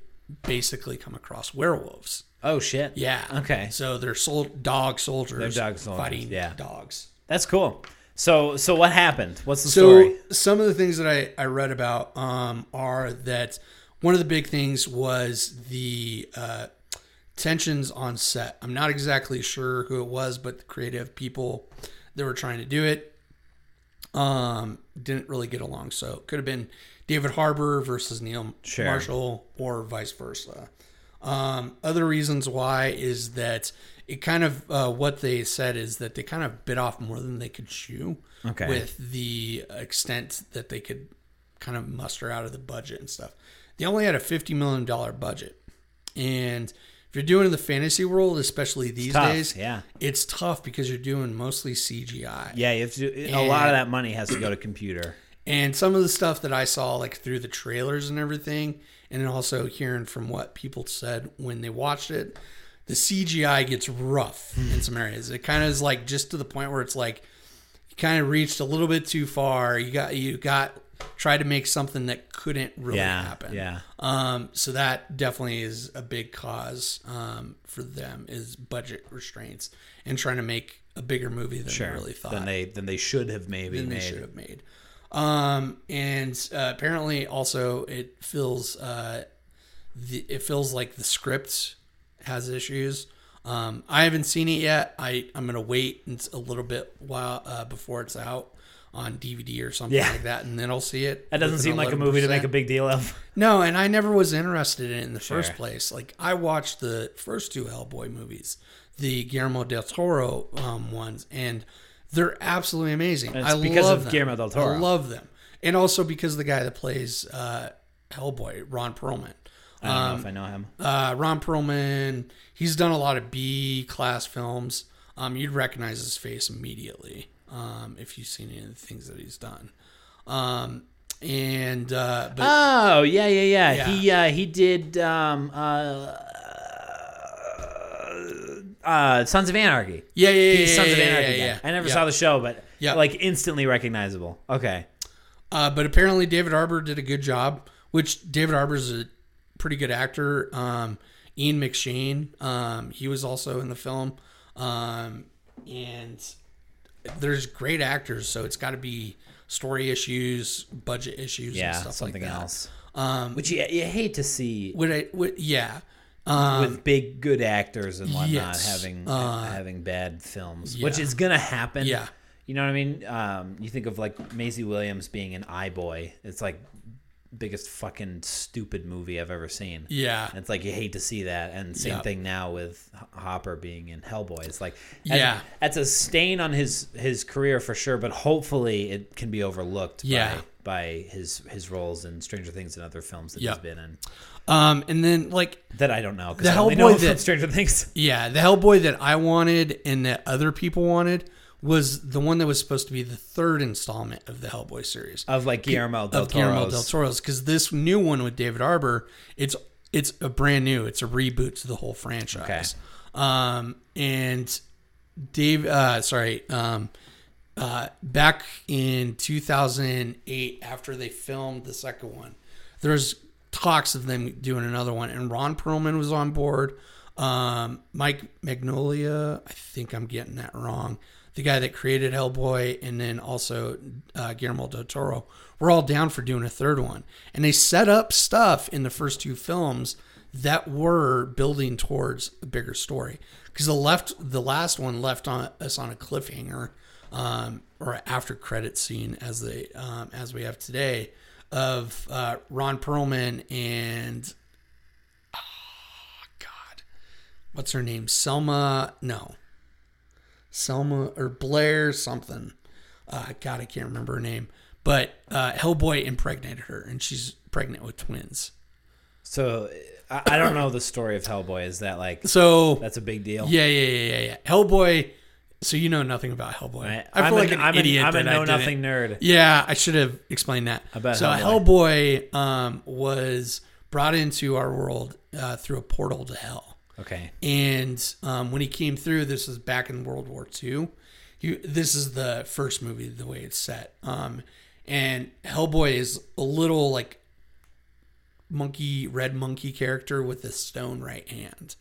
Speaker 1: basically come across werewolves.
Speaker 2: oh shit.
Speaker 1: Yeah.
Speaker 2: Okay.
Speaker 1: So they're sol- dog soldiers.
Speaker 2: They're dog soldiers,
Speaker 1: fighting
Speaker 2: yeah.
Speaker 1: dogs.
Speaker 2: That's cool. So so what happened? What's the
Speaker 1: So
Speaker 2: story?
Speaker 1: some of the things that I, I read about um, are that one of the big things was the uh, tensions on set. I'm not exactly sure who it was, but the creative people that were trying to do it um, didn't really get along. So it could have been David Harbour versus Neil
Speaker 2: Sure.
Speaker 1: Marshall or vice versa. Um, other reasons why is that it kind of uh, what they said is that they kind of bit off more than they could chew
Speaker 2: Okay.
Speaker 1: with the extent that they could kind of muster out of the budget and stuff. They only had a $50 million budget. And if you're doing the fantasy world, especially these
Speaker 2: tough,
Speaker 1: days,
Speaker 2: yeah.
Speaker 1: it's tough because you're doing mostly CGI.
Speaker 2: Yeah, you have to, a lot of that money has to go to computer.
Speaker 1: And some of the stuff that I saw, like through the trailers and everything, and then also hearing from what people said when they watched it, the CGI gets rough
Speaker 2: Hmm.
Speaker 1: in some areas. It kind of is like just to the point where it's like you kind of reached a little bit too far. You got you got tried to make something that couldn't really
Speaker 2: Yeah,
Speaker 1: happen.
Speaker 2: yeah.
Speaker 1: Um, so that definitely is a big cause um, for them is budget restraints and trying to make a bigger movie than
Speaker 2: Sure.
Speaker 1: they really thought
Speaker 2: Then they then they should have maybe
Speaker 1: than
Speaker 2: made.
Speaker 1: they should have made. Um, and uh, apparently, also it feels uh, the, it feels like the script has issues. Um, I haven't seen it yet. I I'm gonna wait and a little bit while uh, before it's out on DVD or something
Speaker 2: Yeah.
Speaker 1: like that, and then I'll see it.
Speaker 2: That doesn't
Speaker 1: with an
Speaker 2: seem like a movie to make a
Speaker 1: 11%.
Speaker 2: big deal of.
Speaker 1: No, and I never was interested in it in the first
Speaker 2: Sure.
Speaker 1: place. Like I watched the first two Hellboy movies, the Guillermo del Toro um, ones, and they're absolutely amazing.
Speaker 2: it's
Speaker 1: I
Speaker 2: because
Speaker 1: love
Speaker 2: of
Speaker 1: them.
Speaker 2: Guillermo del Toro.
Speaker 1: I love them, and also because the guy that plays uh, Hellboy, Ron Perlman.
Speaker 2: I don't know if I know him.
Speaker 1: Uh, Ron Perlman, he's done a lot of B class films. Um, you'd recognize his face immediately um, if you've seen any of the things that he's done. Um, and uh, but
Speaker 2: Oh yeah, yeah, yeah.
Speaker 1: Yeah.
Speaker 2: He uh, he did um, uh, uh, Sons of Anarchy.
Speaker 1: yeah, yeah, yeah,
Speaker 2: He's
Speaker 1: yeah,
Speaker 2: Sons of
Speaker 1: yeah,
Speaker 2: Anarchy.
Speaker 1: yeah,
Speaker 2: guy.
Speaker 1: yeah.
Speaker 2: I never
Speaker 1: Yeah.
Speaker 2: saw the show, but
Speaker 1: Yeah.
Speaker 2: like instantly recognizable. Okay,
Speaker 1: Uh, but apparently, David Arbor did a good job, which David Arbor's a pretty good actor. Um, Ian McShane, um, he was also in the film. Um, and there's great actors, so it's got to be story issues, budget issues,
Speaker 2: yeah,
Speaker 1: and stuff
Speaker 2: something
Speaker 1: like that.
Speaker 2: else. Um, Which you, you hate to see
Speaker 1: Would I, would, yeah. Um,
Speaker 2: with big good actors and whatnot
Speaker 1: yes. Uh,
Speaker 2: having having bad films,
Speaker 1: yeah.
Speaker 2: which is gonna happen.
Speaker 1: Yeah.
Speaker 2: you know what I mean. Um, you think of like Maisie Williams being an eye boy. It's like biggest fucking stupid movie I've ever seen.
Speaker 1: yeah.
Speaker 2: And it's like you hate to see that. And same
Speaker 1: Yeah.
Speaker 2: thing now with H- Hopper being in Hellboy. It's like that-
Speaker 1: Yeah.
Speaker 2: that's a stain on his his career for sure. But hopefully it can be overlooked.
Speaker 1: Yeah.
Speaker 2: By, by his his roles in Stranger Things and other films that
Speaker 1: Yeah.
Speaker 2: he's been in
Speaker 1: Um, and then, like,
Speaker 2: that I don't know because
Speaker 1: The
Speaker 2: I only know
Speaker 1: Hellboy
Speaker 2: him from
Speaker 1: that-
Speaker 2: Stranger Things.
Speaker 1: Yeah, the Hellboy that I wanted and that other people wanted was the one that was supposed to be the third installment of the Hellboy series
Speaker 2: of like Guillermo Oh, del
Speaker 1: of Guillermo del
Speaker 2: Toro's.
Speaker 1: Toro's because this new one with David Arbor, it's it's a brand new, it's a reboot to the whole franchise. Um, and Dave, uh, sorry, um, uh, back in 2008, after they filmed the second one, there's talks of them doing another one, and Ron Perlman was on board. Um, Mike Magnolia, I think I'm getting that wrong. The guy that created Hellboy and then also uh, Guillermo del Toro, we're all down for doing a third one. And they set up stuff in the first two films that were building towards a bigger story. Because the left, the last one left on us on a cliffhanger, um, or after credit scene as they um, as we have today, of uh, Ron Perlman and ah, God, what's her name? Selma? No, Selma or Blair something. Uh, God, I can't remember her name. But uh, Hellboy impregnated her, and she's pregnant with twins.
Speaker 2: So I, I don't know the story of Hellboy. Is that like
Speaker 1: So
Speaker 2: that's a big deal?
Speaker 1: yeah, yeah, yeah, yeah, yeah. Hellboy. So you know nothing about Hellboy.
Speaker 2: I,
Speaker 1: I
Speaker 2: am
Speaker 1: feel like
Speaker 2: an,
Speaker 1: an
Speaker 2: I'm
Speaker 1: idiot.
Speaker 2: An, I'm a
Speaker 1: that I
Speaker 2: know
Speaker 1: didn't-
Speaker 2: nothing nerd.
Speaker 1: Yeah, I should have explained that.
Speaker 2: About
Speaker 1: so Hellboy, um, was brought into our world uh, through a portal to hell.
Speaker 2: Okay.
Speaker 1: And um, when he came through, this is back in World War II. He, this is the first movie, the way it's set. Um, and Hellboy is a little like monkey, red monkey character with a stone right hand.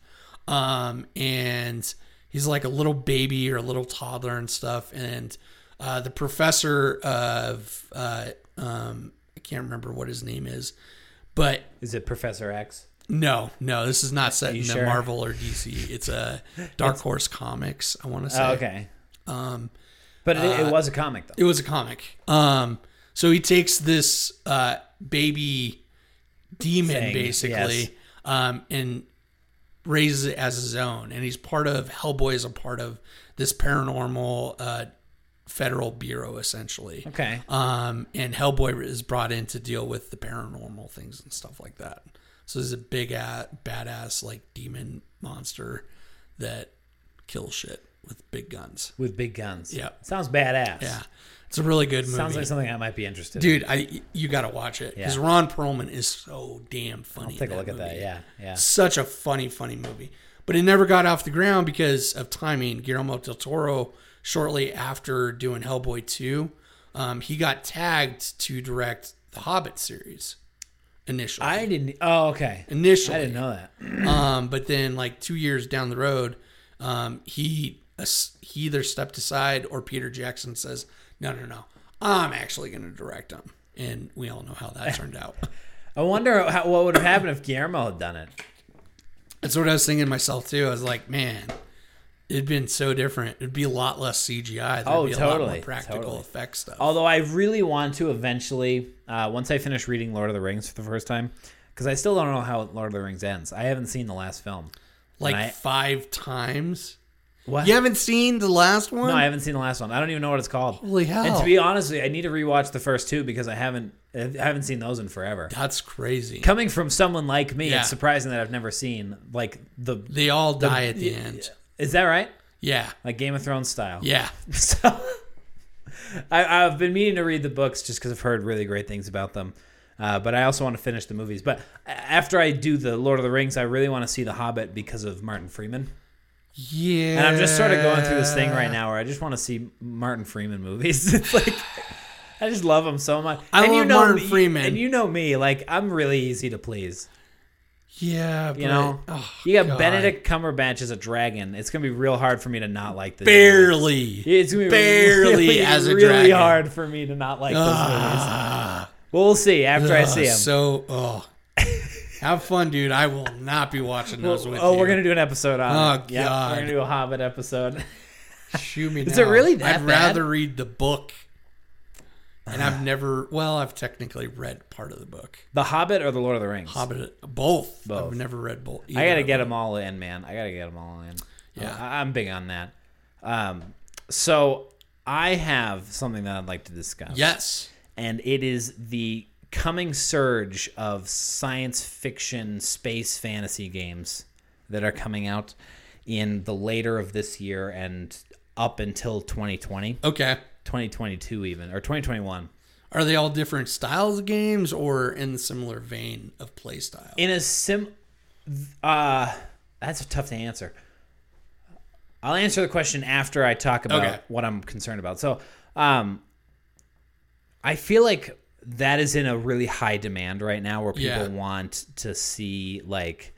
Speaker 1: Um, and he's like a little baby or a little toddler and stuff. And uh, the professor of, uh, um, I can't remember what his name is, but
Speaker 2: Is it Professor X?
Speaker 1: no, no, this is not set in the
Speaker 2: sure?
Speaker 1: Marvel or DC. It's a Dark Horse Comics. I want to say
Speaker 2: Oh, okay. Um, but it,
Speaker 1: uh,
Speaker 2: it was a comic though.
Speaker 1: it was a comic. Um, so he takes this uh, baby demon
Speaker 2: Thing,
Speaker 1: basically,
Speaker 2: yes.
Speaker 1: um, and raises it as his own. And he's part of Hellboy is a part of this paranormal uh, federal bureau essentially.
Speaker 2: Okay.
Speaker 1: Um, and Hellboy is brought in to deal with the paranormal things and stuff like that. So there's a big ass, badass like demon monster that kills shit with big guns.
Speaker 2: With big guns.
Speaker 1: Yeah.
Speaker 2: Sounds badass.
Speaker 1: Yeah, it's a really good movie.
Speaker 2: Sounds like something I might be interested in.
Speaker 1: Dude, I you gotta watch it because
Speaker 2: Yeah.
Speaker 1: Ron Perlman is so damn funny.
Speaker 2: Take a
Speaker 1: in
Speaker 2: look at that.
Speaker 1: movie.
Speaker 2: Yeah. Yeah.
Speaker 1: Such a funny, funny movie. But it never got off the ground because of timing. Guillermo del Toro, shortly after doing Hellboy 2, um, he got tagged to direct the Hobbit series initially.
Speaker 2: I didn't. Oh, okay.
Speaker 1: initially.
Speaker 2: I didn't know that.
Speaker 1: Um, but then, like two years down the road, um, he he either stepped aside or Peter Jackson says, "No, no, no, I'm actually going to direct him." And we all know how that turned out.
Speaker 2: I wonder how, what would have happened if Guillermo had done it.
Speaker 1: That's what I was thinking to myself too. I was like, "Man, it'd been so different. It'd be a lot less CGI. There'd
Speaker 2: Oh,
Speaker 1: be a lot
Speaker 2: totally,
Speaker 1: more practical
Speaker 2: totally. Oh,
Speaker 1: effect stuff."
Speaker 2: Although I really want to eventually, uh, once I finish reading Lord of the Rings for the first time, because I still don't know how Lord of the Rings ends. I haven't seen the last film.
Speaker 1: like
Speaker 2: and I-
Speaker 1: five times.
Speaker 2: What?
Speaker 1: You haven't seen the last one?
Speaker 2: No, I haven't seen the last one. I don't even know what it's called.
Speaker 1: Holy hell.
Speaker 2: And to be honest, with you, I need to rewatch the first two because I haven't I haven't seen those in forever.
Speaker 1: That's crazy.
Speaker 2: Coming from someone like me,
Speaker 1: Yeah.
Speaker 2: it's surprising that I've never seen like the.
Speaker 1: they all die at the end.
Speaker 2: Is that right?
Speaker 1: Yeah.
Speaker 2: Like Game of Thrones style.
Speaker 1: Yeah.
Speaker 2: So I, I've been meaning to read the books just because I've heard really great things about them. Uh, but I also want to finish the movies. But a- after I do the Lord of the Rings, I really want to see The Hobbit because of Martin Freeman.
Speaker 1: Yeah.
Speaker 2: And I'm just sort of going through this thing right now where I just want to see Martin Freeman movies. it's like I just love him so much.
Speaker 1: I love Martin
Speaker 2: me-
Speaker 1: Freeman.
Speaker 2: And you know me, like I'm really easy to please.
Speaker 1: Yeah, but,
Speaker 2: You know,
Speaker 1: oh,
Speaker 2: you got
Speaker 1: God.
Speaker 2: Benedict Cumberbatch as a dragon. It's gonna be real hard for me to not like this. movie.
Speaker 1: barely.
Speaker 2: Yeah, It's gonna be
Speaker 1: Barely
Speaker 2: really,
Speaker 1: as a
Speaker 2: really
Speaker 1: dragon.
Speaker 2: hard for me to not like those movies.
Speaker 1: Ah,
Speaker 2: Well, we'll see after I
Speaker 1: ah,
Speaker 2: see him.
Speaker 1: So, oh, have fun, dude. I will not be watching those with
Speaker 2: oh,
Speaker 1: you.
Speaker 2: we're gonna do an episode on.
Speaker 1: Oh,
Speaker 2: it. Yeah,
Speaker 1: God.
Speaker 2: we're gonna do a Hobbit episode.
Speaker 1: shoot me.
Speaker 2: Is
Speaker 1: now.
Speaker 2: it really that
Speaker 1: I'd
Speaker 2: bad?
Speaker 1: rather read the book, and I've never. Well, I've technically read part of the book.
Speaker 2: the Hobbit or the Lord of the Rings?
Speaker 1: Hobbit, both.
Speaker 2: Both.
Speaker 1: I've never read both.
Speaker 2: I
Speaker 1: either
Speaker 2: gotta
Speaker 1: of
Speaker 2: get
Speaker 1: them.
Speaker 2: them all in, man. I gotta get them all in.
Speaker 1: Yeah.
Speaker 2: I, I'm big on that. Um, so I have something that I'd like to discuss.
Speaker 1: Yes.
Speaker 2: and it is the coming surge of science fiction space fantasy games that are coming out in the later of this year and up until 2020
Speaker 1: Okay.
Speaker 2: 2022 even or 2021
Speaker 1: Are they all different styles of games, or in the similar vein of play style?
Speaker 2: in a sim uh that's tough to answer i'll answer the question after i talk about
Speaker 1: Okay.
Speaker 2: what i'm concerned about so um i feel like that is in a really high demand right now where people
Speaker 1: Yeah.
Speaker 2: want to see like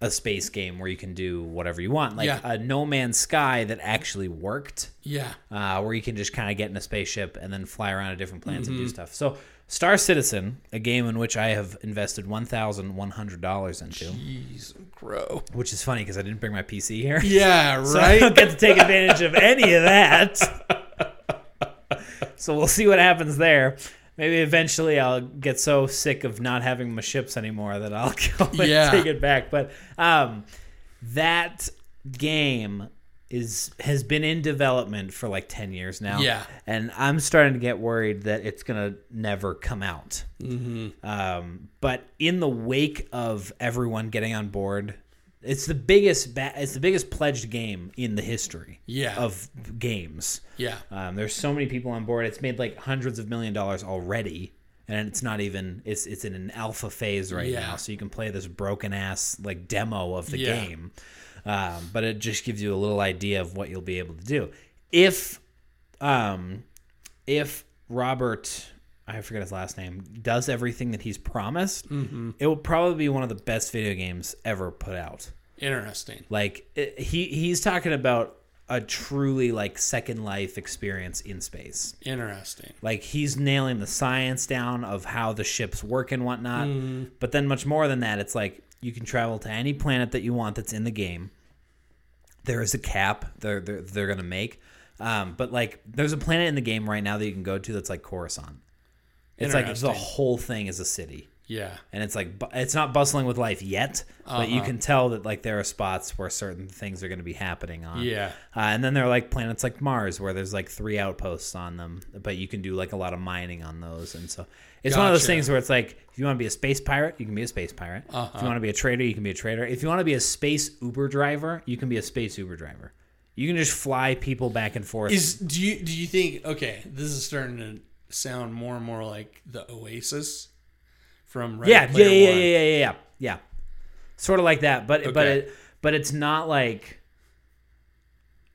Speaker 2: a space game where you can do whatever you want, like
Speaker 1: Yeah.
Speaker 2: a No Man's Sky that actually worked,
Speaker 1: Yeah.
Speaker 2: uh, where you can just kind of get in a spaceship and then fly around to different planets and do stuff. So, Star Citizen, a game in which I have invested one thousand one hundred dollars into,
Speaker 1: Jeez, grow.
Speaker 2: which is funny because I didn't bring my PC here.
Speaker 1: Yeah,
Speaker 2: So I
Speaker 1: right.
Speaker 2: don't get to take advantage of any of that. so we'll see what happens there. Maybe eventually I'll get so sick of not having my ships anymore that I'll go and
Speaker 1: Yeah.
Speaker 2: take it back. But um, that game is has been in development for like ten years now.
Speaker 1: Yeah.
Speaker 2: and I'm starting to get worried that it's gonna never come out. Um, but in the wake of everyone getting on board, it's the biggest ba- it's the biggest pledged game in the history
Speaker 1: Yeah.
Speaker 2: of games.
Speaker 1: yeah.
Speaker 2: Um, there's so many people on board. It's made like hundreds of million dollars already, and it's not even it's it's in an alpha phase right
Speaker 1: Yeah.
Speaker 2: now. So you can play this broken ass like demo of the
Speaker 1: Yeah.
Speaker 2: game, um, but it just gives you a little idea of what you'll be able to do if um if Robert, I forget his last name, does everything that he's promised,
Speaker 1: Mm-hmm.
Speaker 2: it will probably be one of the best video games ever put out.
Speaker 1: Interesting.
Speaker 2: Like it, he he's talking about a truly like second life experience in space.
Speaker 1: Interesting.
Speaker 2: Like he's nailing the science down of how the ships work and whatnot. But then much more than that, it's like you can travel to any planet that you want that's in the game. There is a cap they're they're, they're gonna make. Um, but like there's a planet in the game right now that you can go to that's like Coruscant. It's like the
Speaker 1: Interesting.
Speaker 2: whole thing is a city
Speaker 1: Yeah.
Speaker 2: and it's like bu- it's not bustling with life yet, but
Speaker 1: Uh-huh.
Speaker 2: you can tell that like there are spots where certain things are going to be happening on.
Speaker 1: Yeah.
Speaker 2: uh, and then there are like planets like Mars where there's like three outposts on them, but you can do like a lot of mining on those, and so it's one of those
Speaker 1: Gotcha.
Speaker 2: things where it's like if you want to be a space pirate, you can be a space pirate.
Speaker 1: Uh-huh.
Speaker 2: If you want to be a trader, you can be a trader. If you want to be a space Uber driver, you can be a space Uber driver. You can just fly people back and forth.
Speaker 1: Is do you do you think okay, this is starting to sound more and more like the Oasis from Ready
Speaker 2: yeah, yeah,
Speaker 1: Player
Speaker 2: yeah, yeah,
Speaker 1: One.
Speaker 2: yeah, yeah, yeah, yeah. Sort of like that, but but
Speaker 1: Okay.
Speaker 2: it, but it's not like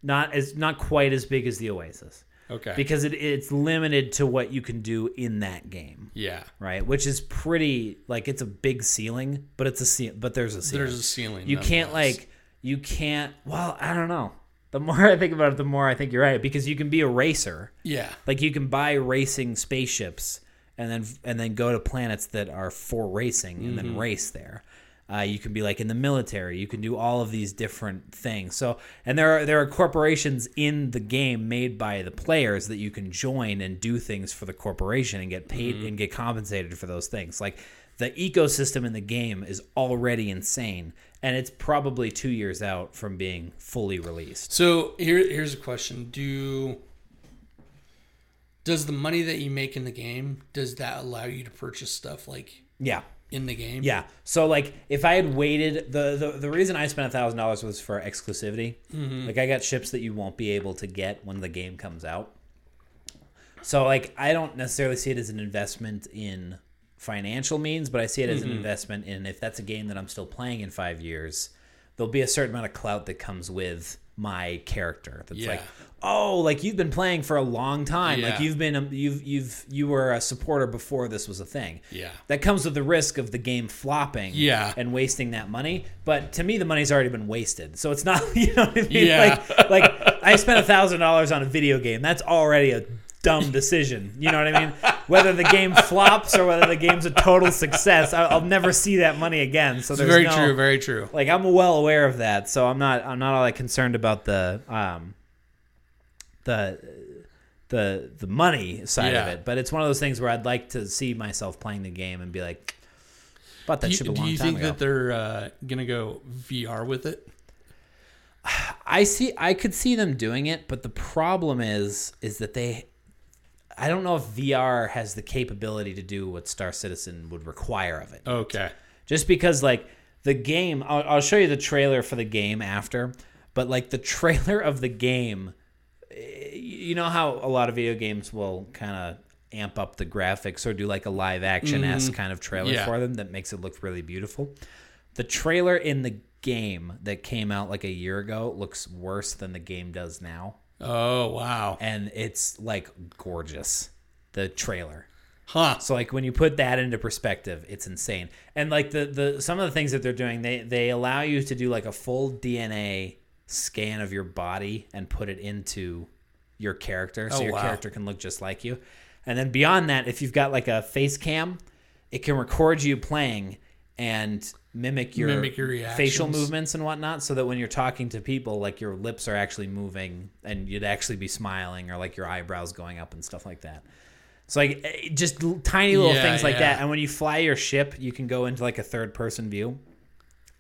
Speaker 2: not as not quite as big as the Oasis
Speaker 1: Okay.
Speaker 2: because it, it's limited to what you can do in that game,
Speaker 1: yeah.
Speaker 2: right? Which is pretty like it's a big ceiling, but it's a ce- but there's a ceiling.
Speaker 1: There's a ceiling.
Speaker 2: you can't
Speaker 1: nonetheless.
Speaker 2: like you can't. Well, I don't know. The more I think about it, the more I think you're right because you can be a racer.
Speaker 1: Yeah.
Speaker 2: Like you can buy racing spaceships and then and then go to planets that are for racing and then race there. Uh, you can be like in the military. You can do all of these different things. So and there are there are corporations in the game made by the players that you can join and do things for the corporation and get paid and get compensated for those things. Like the ecosystem in the game is already insane and it's probably two years out from being fully released.
Speaker 1: So here here's a question. Do does the money that you make in the game does that allow you to purchase stuff like
Speaker 2: Yeah.
Speaker 1: in the game?
Speaker 2: Yeah. So like if I had waited the the, the reason I spent a thousand dollars was for exclusivity.
Speaker 1: Mm-hmm.
Speaker 2: Like I got ships that you won't be able to get when the game comes out. So like I don't necessarily see it as an investment in financial means, but I see it as an
Speaker 1: Mm-hmm.
Speaker 2: investment in if that's a game that I'm still playing in five years, there'll be a certain amount of clout that comes with my character. That's like,
Speaker 1: Yeah.
Speaker 2: oh, like you've been playing for a long time. Like
Speaker 1: Yeah.
Speaker 2: you've been a, you've you've you were a supporter before this was a thing
Speaker 1: Yeah.
Speaker 2: that comes with the risk of the game flopping
Speaker 1: Yeah.
Speaker 2: and wasting that money. But to me, the money's already been wasted. So it's not, you know what I mean?
Speaker 1: Yeah.
Speaker 2: Like, like I spent a thousand dollars on a video game. That's already a dumb decision. You know what I mean? Whether the game flops or whether the game's a total success, I- I'll never see that money again. So there's
Speaker 1: Very
Speaker 2: no,
Speaker 1: true, very true.
Speaker 2: like I'm well aware of that, so I'm not I'm not all that concerned about the um the the the money side
Speaker 1: Yeah.
Speaker 2: of it. But it's one of those things where I'd like to see myself playing the game and be like, "Bought that
Speaker 1: Do you,
Speaker 2: ship a
Speaker 1: do
Speaker 2: long
Speaker 1: you
Speaker 2: time
Speaker 1: think
Speaker 2: ago."
Speaker 1: that they're uh, gonna go VR with it?
Speaker 2: I see I could see them doing it, but the problem is is that they I don't know if VR has the capability to do what Star Citizen would require of it.
Speaker 1: Okay.
Speaker 2: just because like the game I'll, I'll show you the trailer for the game after but like the trailer of the game eh, you know how a lot of video games will kind of amp up the graphics or do like a live action esque kind of trailer
Speaker 1: Yeah.
Speaker 2: for them that makes it look really beautiful the trailer in the game that came out like a year ago looks worse than the game does now
Speaker 1: Oh wow.
Speaker 2: and it's like gorgeous the trailer
Speaker 1: Huh.
Speaker 2: So like when you put that into perspective, it's insane. And like the the some of the things that they're doing, they they allow you to do like a full DNA scan of your body and put it into your character, so
Speaker 1: Oh,
Speaker 2: your
Speaker 1: wow.
Speaker 2: character can look just like you. And then beyond that, if you've got like a face cam, it can record you playing and mimic your,
Speaker 1: Mimic your
Speaker 2: facial
Speaker 1: reactions.
Speaker 2: movements and whatnot so that when you're talking to people like your lips are actually moving and you'd actually be smiling or like your eyebrows going up and stuff like that so like eh, just l- tiny little
Speaker 1: Yeah,
Speaker 2: things like
Speaker 1: yeah.
Speaker 2: that. And when you fly your ship, you can go into like a third person view.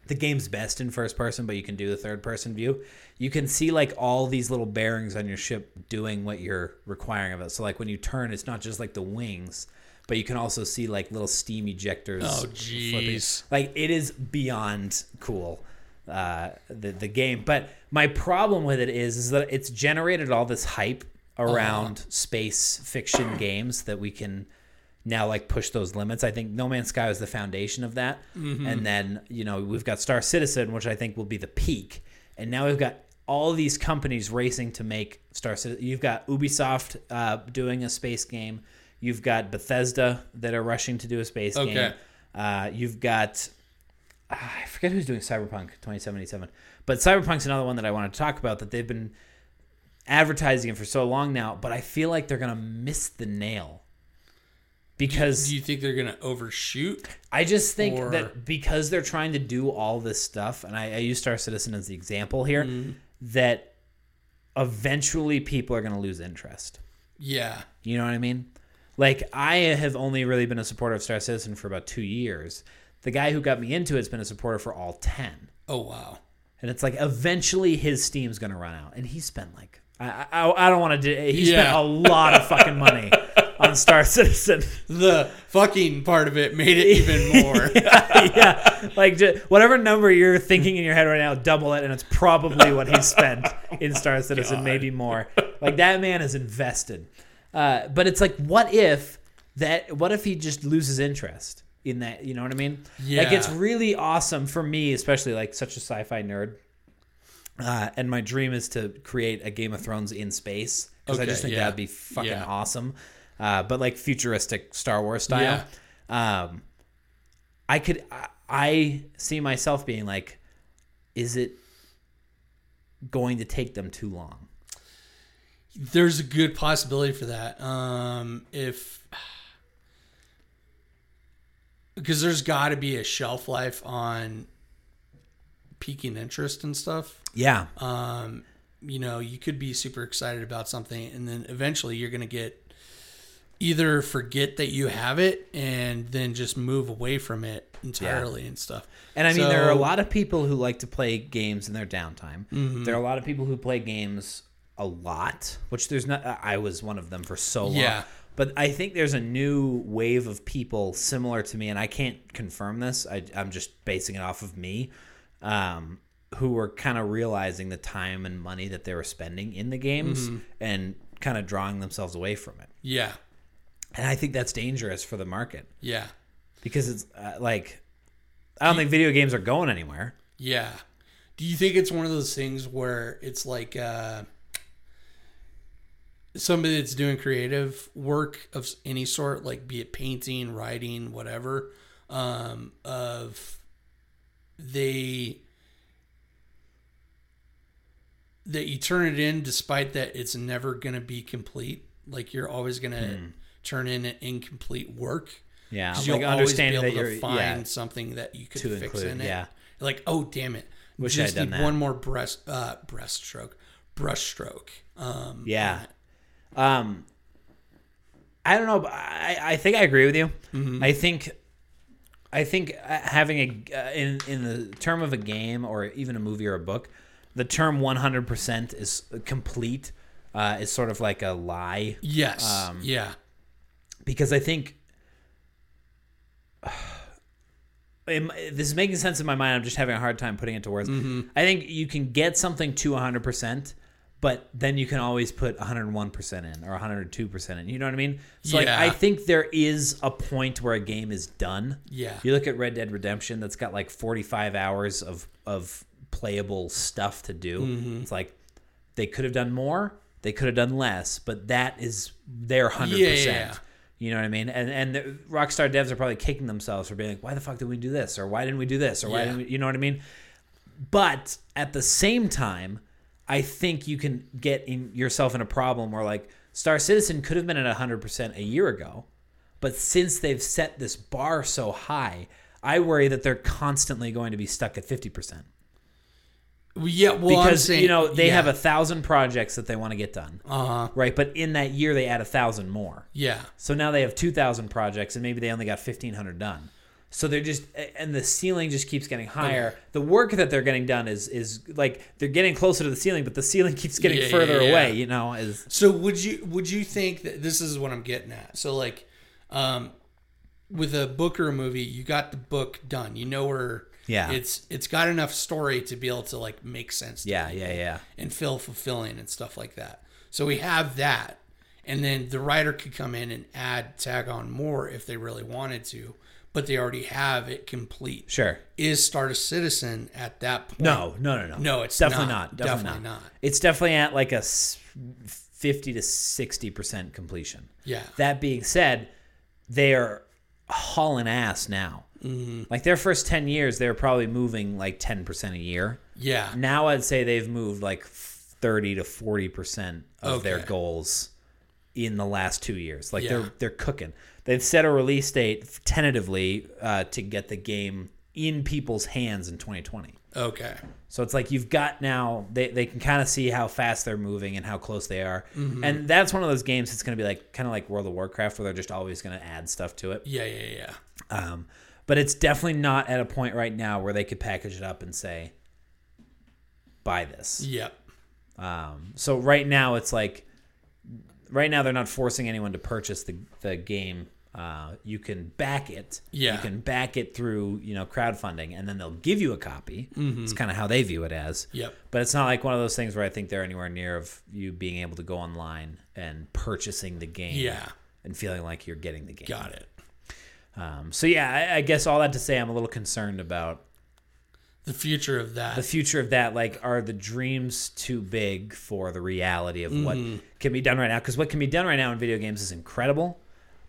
Speaker 2: The game's best in first person, but you can do the third person view. You can see like all these little bearings on your ship doing what you're requiring of it. So like when you turn, it's not just like the wings, but you can also see like little steam ejectors.
Speaker 1: Oh,
Speaker 2: flipping.
Speaker 1: jeez.
Speaker 2: Like it is beyond cool. Uh, the the game, but my problem with it is is that it's generated all this hype around space fiction games that we can now like push those limits. I think No Man's Sky was the foundation of that, and then you know we've got Star Citizen, which I think will be the peak, and now we've got all these companies racing to make Star Citizen. You've got Ubisoft uh, doing a space game. You've got Bethesda that are rushing to do a space game.
Speaker 1: Okay.
Speaker 2: Uh, you've got ah, I forget who's doing Cyberpunk 2077, but Cyberpunk's another one that I want to talk about that they've been advertising for so long now, but I feel like they're gonna miss the nail because
Speaker 1: Do you think they're gonna overshoot?
Speaker 2: I just think
Speaker 1: Or-
Speaker 2: that because they're trying to do all this stuff, and I, I use Star Citizen as the example here, that eventually people are gonna lose interest.
Speaker 1: Yeah.
Speaker 2: You know what I mean? Like I have only really been a supporter of Star Citizen for about two years. The guy who got me into it's been a supporter for all ten.
Speaker 1: Oh wow.
Speaker 2: And it's like eventually his steam's gonna run out, and he spent like I I, I don't want to do. He spent
Speaker 1: Yeah.
Speaker 2: a lot of fucking money on Star Citizen.
Speaker 1: The fucking part of it made it even more.
Speaker 2: yeah, like ju- whatever number you're thinking in your head right now, double it, and it's probably what he spent
Speaker 1: Oh
Speaker 2: in Star Citizen, maybe more. Like that man is invested. Uh, but it's like, what if that? What if he just loses interest in that? You know what I mean? Like it's
Speaker 1: Yeah.
Speaker 2: really awesome for me, especially like such a sci-fi nerd. Uh, and my dream is to create a Game of Thrones in space because I
Speaker 1: Okay,
Speaker 2: just think
Speaker 1: yeah.
Speaker 2: that'd be fucking
Speaker 1: Yeah.
Speaker 2: awesome. Uh, but like futuristic Star Wars style. Um, I could I, I see myself being like, is it going to take them too long?
Speaker 1: There's a good possibility for that. Um, if because there's got to be a shelf life on piquing interest and stuff.
Speaker 2: Yeah,
Speaker 1: Um, you know, you could be super excited about something, and then eventually you're gonna get either forget that you have it and then just move away from it entirely and stuff.
Speaker 2: and I mean there are a
Speaker 1: So-
Speaker 2: lot of people who like to play games in their downtime.
Speaker 1: Mm-hmm.
Speaker 2: There are a lot of people who play games a lot, which there's not. I was one of them for so long.
Speaker 1: Yeah.
Speaker 2: But I think there's a new wave of people similar to me, and I can't confirm this. I, I'm just basing it off of me, um, who were kind of realizing the time and money that they were spending in the games
Speaker 1: Mm-hmm.
Speaker 2: and kind of drawing themselves away from it.
Speaker 1: Yeah,
Speaker 2: And I think that's dangerous for the market
Speaker 1: yeah,
Speaker 2: because it's uh, like, I don't think video games are going anywhere.
Speaker 1: yeah. Do you think it's one of those things where it's like uh, somebody that's doing creative work of any sort, like be it painting, writing, whatever, um, of they that you turn it in despite that it's never going to be complete like you're always going to turn in an incomplete work
Speaker 2: Yeah,
Speaker 1: 'Cause
Speaker 2: like
Speaker 1: you'll always be
Speaker 2: understanding
Speaker 1: able
Speaker 2: that
Speaker 1: to
Speaker 2: you're
Speaker 1: find
Speaker 2: yeah,
Speaker 1: something that you could
Speaker 2: To
Speaker 1: fix
Speaker 2: include,
Speaker 1: in it.
Speaker 2: yeah.
Speaker 1: Like, oh damn it!
Speaker 2: Wish I had
Speaker 1: Just
Speaker 2: done
Speaker 1: need
Speaker 2: that.
Speaker 1: one more breast uh, breaststroke, brushstroke. Um,
Speaker 2: yeah. Um, I don't know. But I I think I agree with you.
Speaker 1: Mm-hmm.
Speaker 2: I think. I think uh, having a uh, in in the term of a game or even a movie or a book, the term one hundred percent is complete uh, is sort of like a lie
Speaker 1: yes,
Speaker 2: Um,
Speaker 1: yeah,
Speaker 2: because I think Am- this is making sense in my mind. I'm just having a hard time putting it to words.
Speaker 1: Mm-hmm.
Speaker 2: I think you can get something to 100%, but then you can always put 101% in or 102% in. You know what I mean? So like
Speaker 1: Yeah.
Speaker 2: I think there is a point where a game is done.
Speaker 1: yeah,
Speaker 2: You look at Red Dead Redemption that's got like 45 hours of of playable stuff to do.
Speaker 1: Mm-hmm.
Speaker 2: It's like they could have done more, they could have done less, but that is their 100%.
Speaker 1: Yeah, yeah, yeah.
Speaker 2: You know what I mean? And and the Rockstar devs are probably kicking themselves for being like, why the fuck did we do this? Or why didn't we do this? Or why
Speaker 1: Yeah.
Speaker 2: didn't we, you know what I mean? But at the same time, I think you can get in yourself in a problem where like Star Citizen could have been at 100% a year ago, but since they've set this bar so high, I worry that they're constantly going to be stuck at 50%
Speaker 1: Yeah, well, I'm
Speaker 2: because
Speaker 1: saying-
Speaker 2: you know they
Speaker 1: yeah.
Speaker 2: have a thousand projects that they want to get done
Speaker 1: uh-huh.
Speaker 2: right but in that year they add a thousand more
Speaker 1: yeah,
Speaker 2: so now they have 2000 projects and maybe they only got 1500 done so they're just and the ceiling just keeps getting higher the work that they're getting done is is like they're getting closer to the ceiling but the ceiling keeps getting
Speaker 1: Yeah, yeah,
Speaker 2: further
Speaker 1: yeah.
Speaker 2: away you know is
Speaker 1: So would you would you think that this is what I'm getting at? So like, um, with a book or a movie, you got the book done. You know where
Speaker 2: Yeah.
Speaker 1: it's it's got enough story to be able to like make sense. To
Speaker 2: yeah yeah yeah
Speaker 1: and feel fulfilling and stuff like that. So we have that, and then the writer could come in and add tag on more if they really wanted to, but they already have it complete.
Speaker 2: sure
Speaker 1: Is Star Citizen at that point?
Speaker 2: no no no no
Speaker 1: No, it's
Speaker 2: definitely
Speaker 1: not.
Speaker 2: not, definitely,
Speaker 1: Definitely
Speaker 2: not.
Speaker 1: not.
Speaker 2: it's definitely at like a s- 50 to 60 percent completion
Speaker 1: Yeah.
Speaker 2: That being said, they are hauling ass now.
Speaker 1: Mm-hmm.
Speaker 2: Like their first 10 years, they were probably moving like 10% a year.
Speaker 1: yeah.
Speaker 2: Now I'd say they've moved like 30 to 40% of their
Speaker 1: Okay.
Speaker 2: goals in the last two years. Like
Speaker 1: Yeah.
Speaker 2: they're, they're cooking. They've set a release date tentatively uh, to get the game in people's hands in 2020.
Speaker 1: Okay.
Speaker 2: So it's like you've got now they, they can kind of see how fast they're moving and how close they are.
Speaker 1: Mm-hmm.
Speaker 2: And that's one of those games that's going to be like kind of like World of Warcraft where they're just always going to add stuff to it.
Speaker 1: Yeah. Yeah. Yeah.
Speaker 2: Um, but it's definitely not at a point right now where they could package it up and say buy this.
Speaker 1: Yep.
Speaker 2: Um, so right now it's like right now they're not forcing anyone to purchase the the game. Uh, you can back it.
Speaker 1: Yeah.
Speaker 2: You can back it through, you know, crowdfunding and then they'll give you a copy.
Speaker 1: Mm-hmm.
Speaker 2: It's kind of how they view it as.
Speaker 1: Yep.
Speaker 2: But it's not like one of those things where I think they're anywhere near of you being able to go online and purchasing the game.
Speaker 1: Yeah.
Speaker 2: And feeling like you're getting the game.
Speaker 1: Got it.
Speaker 2: Um, so yeah, I, I guess all that to say, I'm a little concerned about
Speaker 1: The future of that.
Speaker 2: the future of that. Like, are the dreams too big for the reality of what
Speaker 1: Mm-hmm.
Speaker 2: can be done right now? Because what can be done right now in video games is incredible,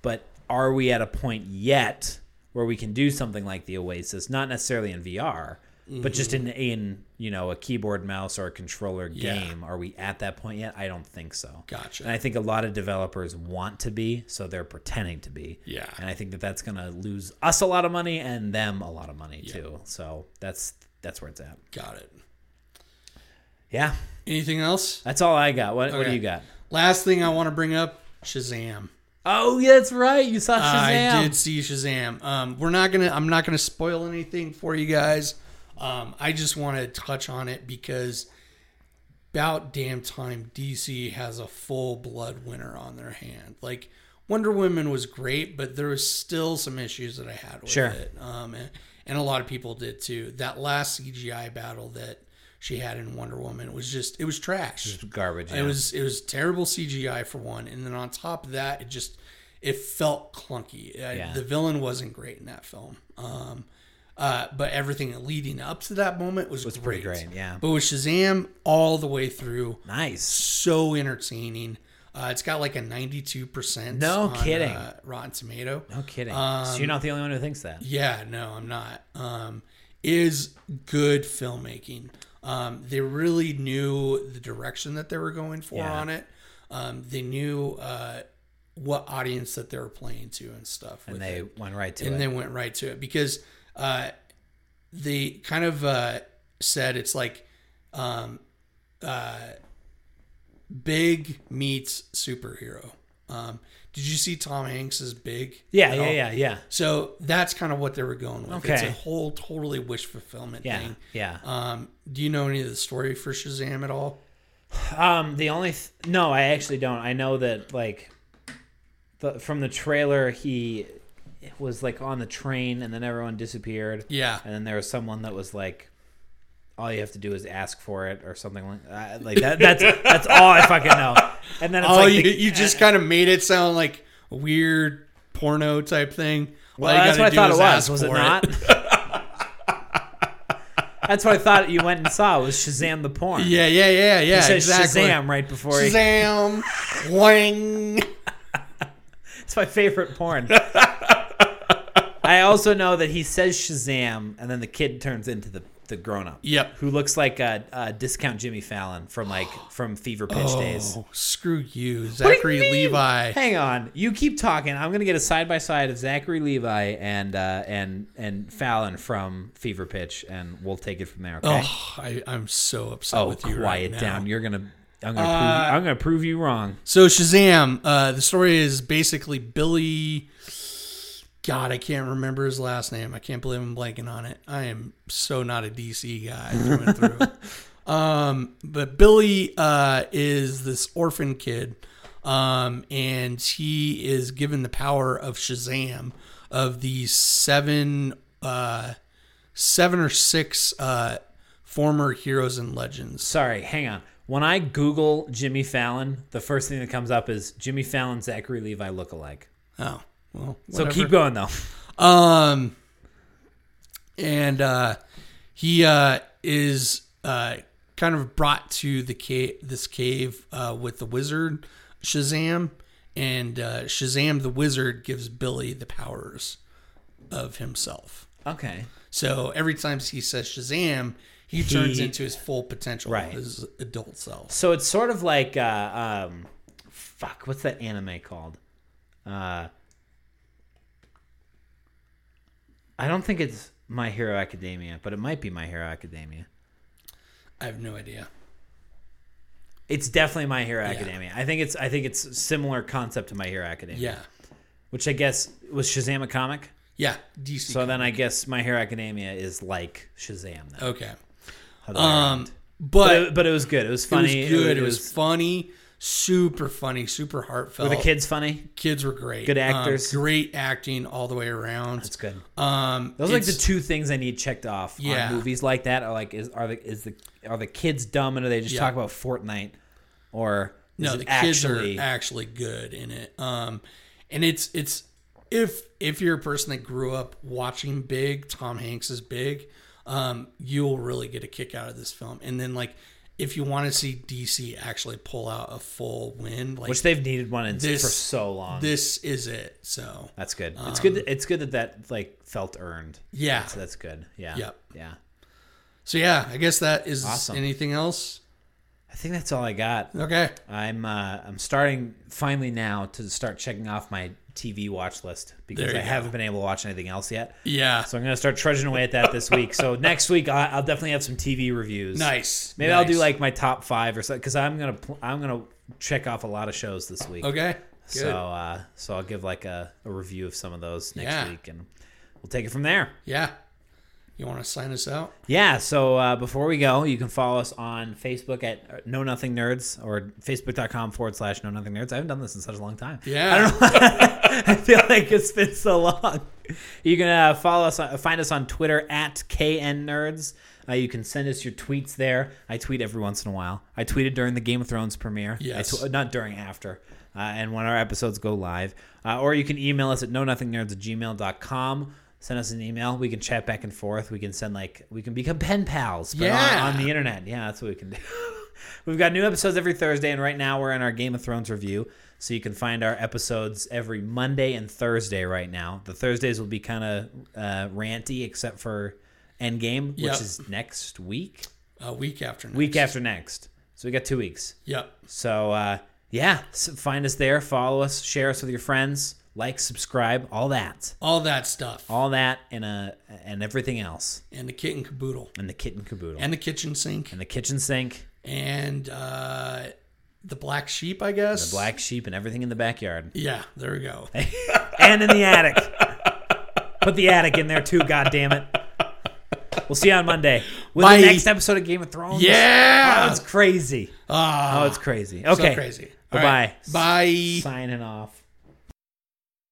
Speaker 2: but are we at a point yet where we can do something like the Oasis? Not necessarily in VR, but just in in you know a keyboard, mouse, or a controller
Speaker 1: Mm-hmm. Yeah.
Speaker 2: game. Are we at that point yet? I don't think so.
Speaker 1: Gotcha.
Speaker 2: And I think a lot of developers want to be, so they're pretending to be.
Speaker 1: Yeah.
Speaker 2: And I think that that's going to lose us a lot of money and them a lot of money too. So that's that's where it's at.
Speaker 1: Got it.
Speaker 2: Yeah.
Speaker 1: Anything else?
Speaker 2: That's all I got. What, what do
Speaker 1: Okay.
Speaker 2: you got?
Speaker 1: Last thing I want to bring up Shazam.
Speaker 2: Oh, yeah, that's right. You saw Shazam.
Speaker 1: I did see Shazam. Um, we're not gonna. I'm not gonna spoil anything for you guys. Um, I just want to touch on it because about damn time DC has a full blood winner on their hand. Like Wonder Woman was great, but there was still some issues that I had with
Speaker 2: Sure.
Speaker 1: it. Um, and, and a lot of people did too. That last CGI battle that she had in Wonder Woman was just it was trash.
Speaker 2: Mm-hmm. Garbage.
Speaker 1: It
Speaker 2: yeah.
Speaker 1: was it was terrible CGI for one, and then on top of that, it just it felt clunky. Uh,
Speaker 2: Yeah.
Speaker 1: The villain wasn't great in that film, um, uh, but everything leading up to that moment was,
Speaker 2: pretty great, yeah.
Speaker 1: but with Shazam all the way through,
Speaker 2: nice.
Speaker 1: so entertaining. Uh, it's got like a ninety-two percent. uh,
Speaker 2: No kidding.
Speaker 1: Rotten Tomato.
Speaker 2: No kidding. so you're not the only one who thinks that.
Speaker 1: Um, Yeah, no, I'm not. Um, is good filmmaking. Um, they really knew the direction that they were going for
Speaker 2: Yeah.
Speaker 1: on it. Um, they knew uh, what audience that they were playing to and stuff. with
Speaker 2: And they
Speaker 1: it.
Speaker 2: went right to
Speaker 1: and
Speaker 2: it.
Speaker 1: they went right to it because uh, they kind of uh, said it's like um, uh, big meets superhero. Um, did you see Tom Hanks's Big?
Speaker 2: yeah,
Speaker 1: at
Speaker 2: yeah,
Speaker 1: all?
Speaker 2: yeah, yeah.
Speaker 1: So that's kind of what they were going with. It's a
Speaker 2: Okay.
Speaker 1: whole totally wish fulfillment
Speaker 2: Yeah,
Speaker 1: thing.
Speaker 2: yeah.
Speaker 1: Um, do you know any of the story for Shazam at all?
Speaker 2: Um, the only th- no, I actually don't. I know that like the, from the trailer, he was like on the train, and then everyone disappeared,
Speaker 1: Yeah.
Speaker 2: and then there was someone that was like, "All you have to do is ask for it," or something like that. Like that. That's that's all I fucking know. And then it's
Speaker 1: Oh,
Speaker 2: like
Speaker 1: you,
Speaker 2: the-
Speaker 1: you just kind of made it sound like a weird porno type thing. All
Speaker 2: well,
Speaker 1: you
Speaker 2: that's
Speaker 1: gotta do
Speaker 2: what I thought
Speaker 1: is
Speaker 2: it
Speaker 1: ask
Speaker 2: was. Was it
Speaker 1: for
Speaker 2: not? that's what I thought you went and saw was Shazam the porn.
Speaker 1: Yeah, yeah, yeah, yeah.
Speaker 2: It says
Speaker 1: exactly.
Speaker 2: Shazam right before he
Speaker 1: Shazam. Wang.
Speaker 2: It's my favorite porn. I also know that he says Shazam, and then the kid turns into the the grown up.
Speaker 1: Yep.
Speaker 2: Who looks like a, a discount Jimmy Fallon from like from Fever Pitch days.
Speaker 1: Oh, screw you,
Speaker 2: What do you
Speaker 1: Zachary
Speaker 2: mean?
Speaker 1: Levi.
Speaker 2: Hang on, you keep talking. I'm gonna get a side by side of Zachary Levi and uh, and and Fallon from Fever Pitch, and we'll take it from there. Okay.
Speaker 1: Oh, I, I'm so upset
Speaker 2: Oh,
Speaker 1: with you right
Speaker 2: quiet
Speaker 1: now. Uh,
Speaker 2: down. You're gonna. I'm gonna. prove, I'm gonna prove you wrong.
Speaker 1: So Shazam, uh, the story is basically Billy. God, I can't remember his last name. I can't believe I'm blanking on it. I am so not a DC guy through and through. Um, but Billy uh, is this orphan kid, um, and he is given the power of Shazam of these seven, uh, seven or six uh, former heroes and legends.
Speaker 2: Sorry, hang on. When I Google Jimmy Fallon, the first thing that comes up is Jimmy Fallon, Zachary Levi lookalike.
Speaker 1: Oh, well,
Speaker 2: So
Speaker 1: whatever.
Speaker 2: keep going though.
Speaker 1: Um, and uh, he uh, is uh, kind of brought to the cave, this cave uh, with the wizard Shazam, and uh, Shazam the wizard gives Billy the powers of himself.
Speaker 2: Okay.
Speaker 1: So every time he says Shazam, he turns
Speaker 2: He-
Speaker 1: into his full potential,
Speaker 2: Right.
Speaker 1: his adult self.
Speaker 2: So it's sort of like uh, um, fuck, what's that anime called? Uh, I don't think it's My Hero Academia, but it might be My Hero Academia.
Speaker 1: I have no idea.
Speaker 2: It's definitely My Hero Academia. I think it's I think it's similar concept to My Hero Academia,
Speaker 1: Yeah,
Speaker 2: which I guess was Shazam a comic.
Speaker 1: yeah, DC.
Speaker 2: So then I guess My Hero Academia is like Shazam. Then.
Speaker 1: okay,
Speaker 2: How the other
Speaker 1: um,
Speaker 2: end.
Speaker 1: but
Speaker 2: but it, but it was good. It was funny.
Speaker 1: It was good. It, was, funny, super funny, super heartfelt.
Speaker 2: were the kids funny?
Speaker 1: kids were great.
Speaker 2: Good
Speaker 1: Um,
Speaker 2: actors.
Speaker 1: great acting all the way around.
Speaker 2: That's good.
Speaker 1: Um,
Speaker 2: Those are like the
Speaker 1: it's-
Speaker 2: two things I need checked off
Speaker 1: Yeah.
Speaker 2: on movies like that. Are like is are the is the are the kids dumb and do they just
Speaker 1: Yeah.
Speaker 2: talk about Fortnite or is
Speaker 1: no,
Speaker 2: it
Speaker 1: the kids
Speaker 2: actually
Speaker 1: are actually good in it. Um, and it's it's if if you're a person that grew up watching Big, Tom Hanks is Big, um, you'll really get a kick out of this film. And then like if you want to see DC actually pull out a full win, like
Speaker 2: which they've needed one in,
Speaker 1: This-
Speaker 2: for so long.
Speaker 1: this is it. So
Speaker 2: that's good. it's good. It's good that that like felt earned.
Speaker 1: yeah,
Speaker 2: So that's good. Yeah.
Speaker 1: Yep.
Speaker 2: Yeah.
Speaker 1: so yeah, I guess that is
Speaker 2: Awesome.
Speaker 1: anything else.
Speaker 2: I think that's all I got.
Speaker 1: Okay.
Speaker 2: I'm uh, I'm starting finally now to start checking off my TV watch list because
Speaker 1: There
Speaker 2: I
Speaker 1: you
Speaker 2: haven't been able to watch anything else yet.
Speaker 1: Yeah.
Speaker 2: So I'm gonna start trudging away at that this week. So next week I- I'll definitely have some TV reviews.
Speaker 1: nice.
Speaker 2: Maybe I'll do
Speaker 1: Nice.
Speaker 2: like my top five or something because I'm gonna pl- I'm gonna check off a lot of shows this week.
Speaker 1: Okay. Good.
Speaker 2: So uh, so I'll give like a, a review of some of those next
Speaker 1: Yeah.
Speaker 2: week and we'll take it from there.
Speaker 1: Yeah. You want to sign us out?
Speaker 2: Yeah. So uh, before we go, you can follow us on Facebook at uh, Know Nothing Nerds or Facebook.com forward slash Know Nothing Nerds. I haven't done this in such a long time.
Speaker 1: Yeah.
Speaker 2: I feel like it's been so long. You can uh, follow us, on, find us on Twitter at KN Nerds. Uh, you can send us your tweets there. I tweet every once in a while. I tweeted during the Game of Thrones premiere. I
Speaker 1: Yes.
Speaker 2: tw- not during, after. Uh, and when our episodes go live. Uh, or you can email us at knownothingnerds at gmail.com. Send us an email. We can chat back and forth. We can send, like, we can become pen pals but
Speaker 1: Yeah.
Speaker 2: on, on the internet. Yeah, that's what we can do. We've got new episodes every Thursday, and right now we're in our Game of Thrones review. So you can find our episodes every Monday and Thursday right now. The Thursdays will be kind of uh, ranty, except for Endgame,
Speaker 1: Yep.
Speaker 2: which is next week,
Speaker 1: A week after next.
Speaker 2: week after next. So we got two weeks.
Speaker 1: Yep.
Speaker 2: So uh, yeah, so find us there, follow us, share us with your friends, like, subscribe, all that,
Speaker 1: All that stuff.
Speaker 2: all that, and uh, and everything else,
Speaker 1: and the kit and caboodle.
Speaker 2: and the kitten caboodle, and,
Speaker 1: And the kitchen sink.
Speaker 2: the kitchen sink,
Speaker 1: And uh, the black sheep, I guess.
Speaker 2: the black sheep, and everything in the backyard.
Speaker 1: Yeah, there we go.
Speaker 2: and in the attic. Put the attic in there too, God damn it. We'll see you on Monday with
Speaker 1: Bye.
Speaker 2: the next episode of Game of Thrones.
Speaker 1: yeah.
Speaker 2: Oh, it's crazy.
Speaker 1: Ah,
Speaker 2: Oh, it's crazy. Okay.
Speaker 1: So crazy. All
Speaker 2: Bye-bye.
Speaker 1: right. Bye.
Speaker 2: Signing off.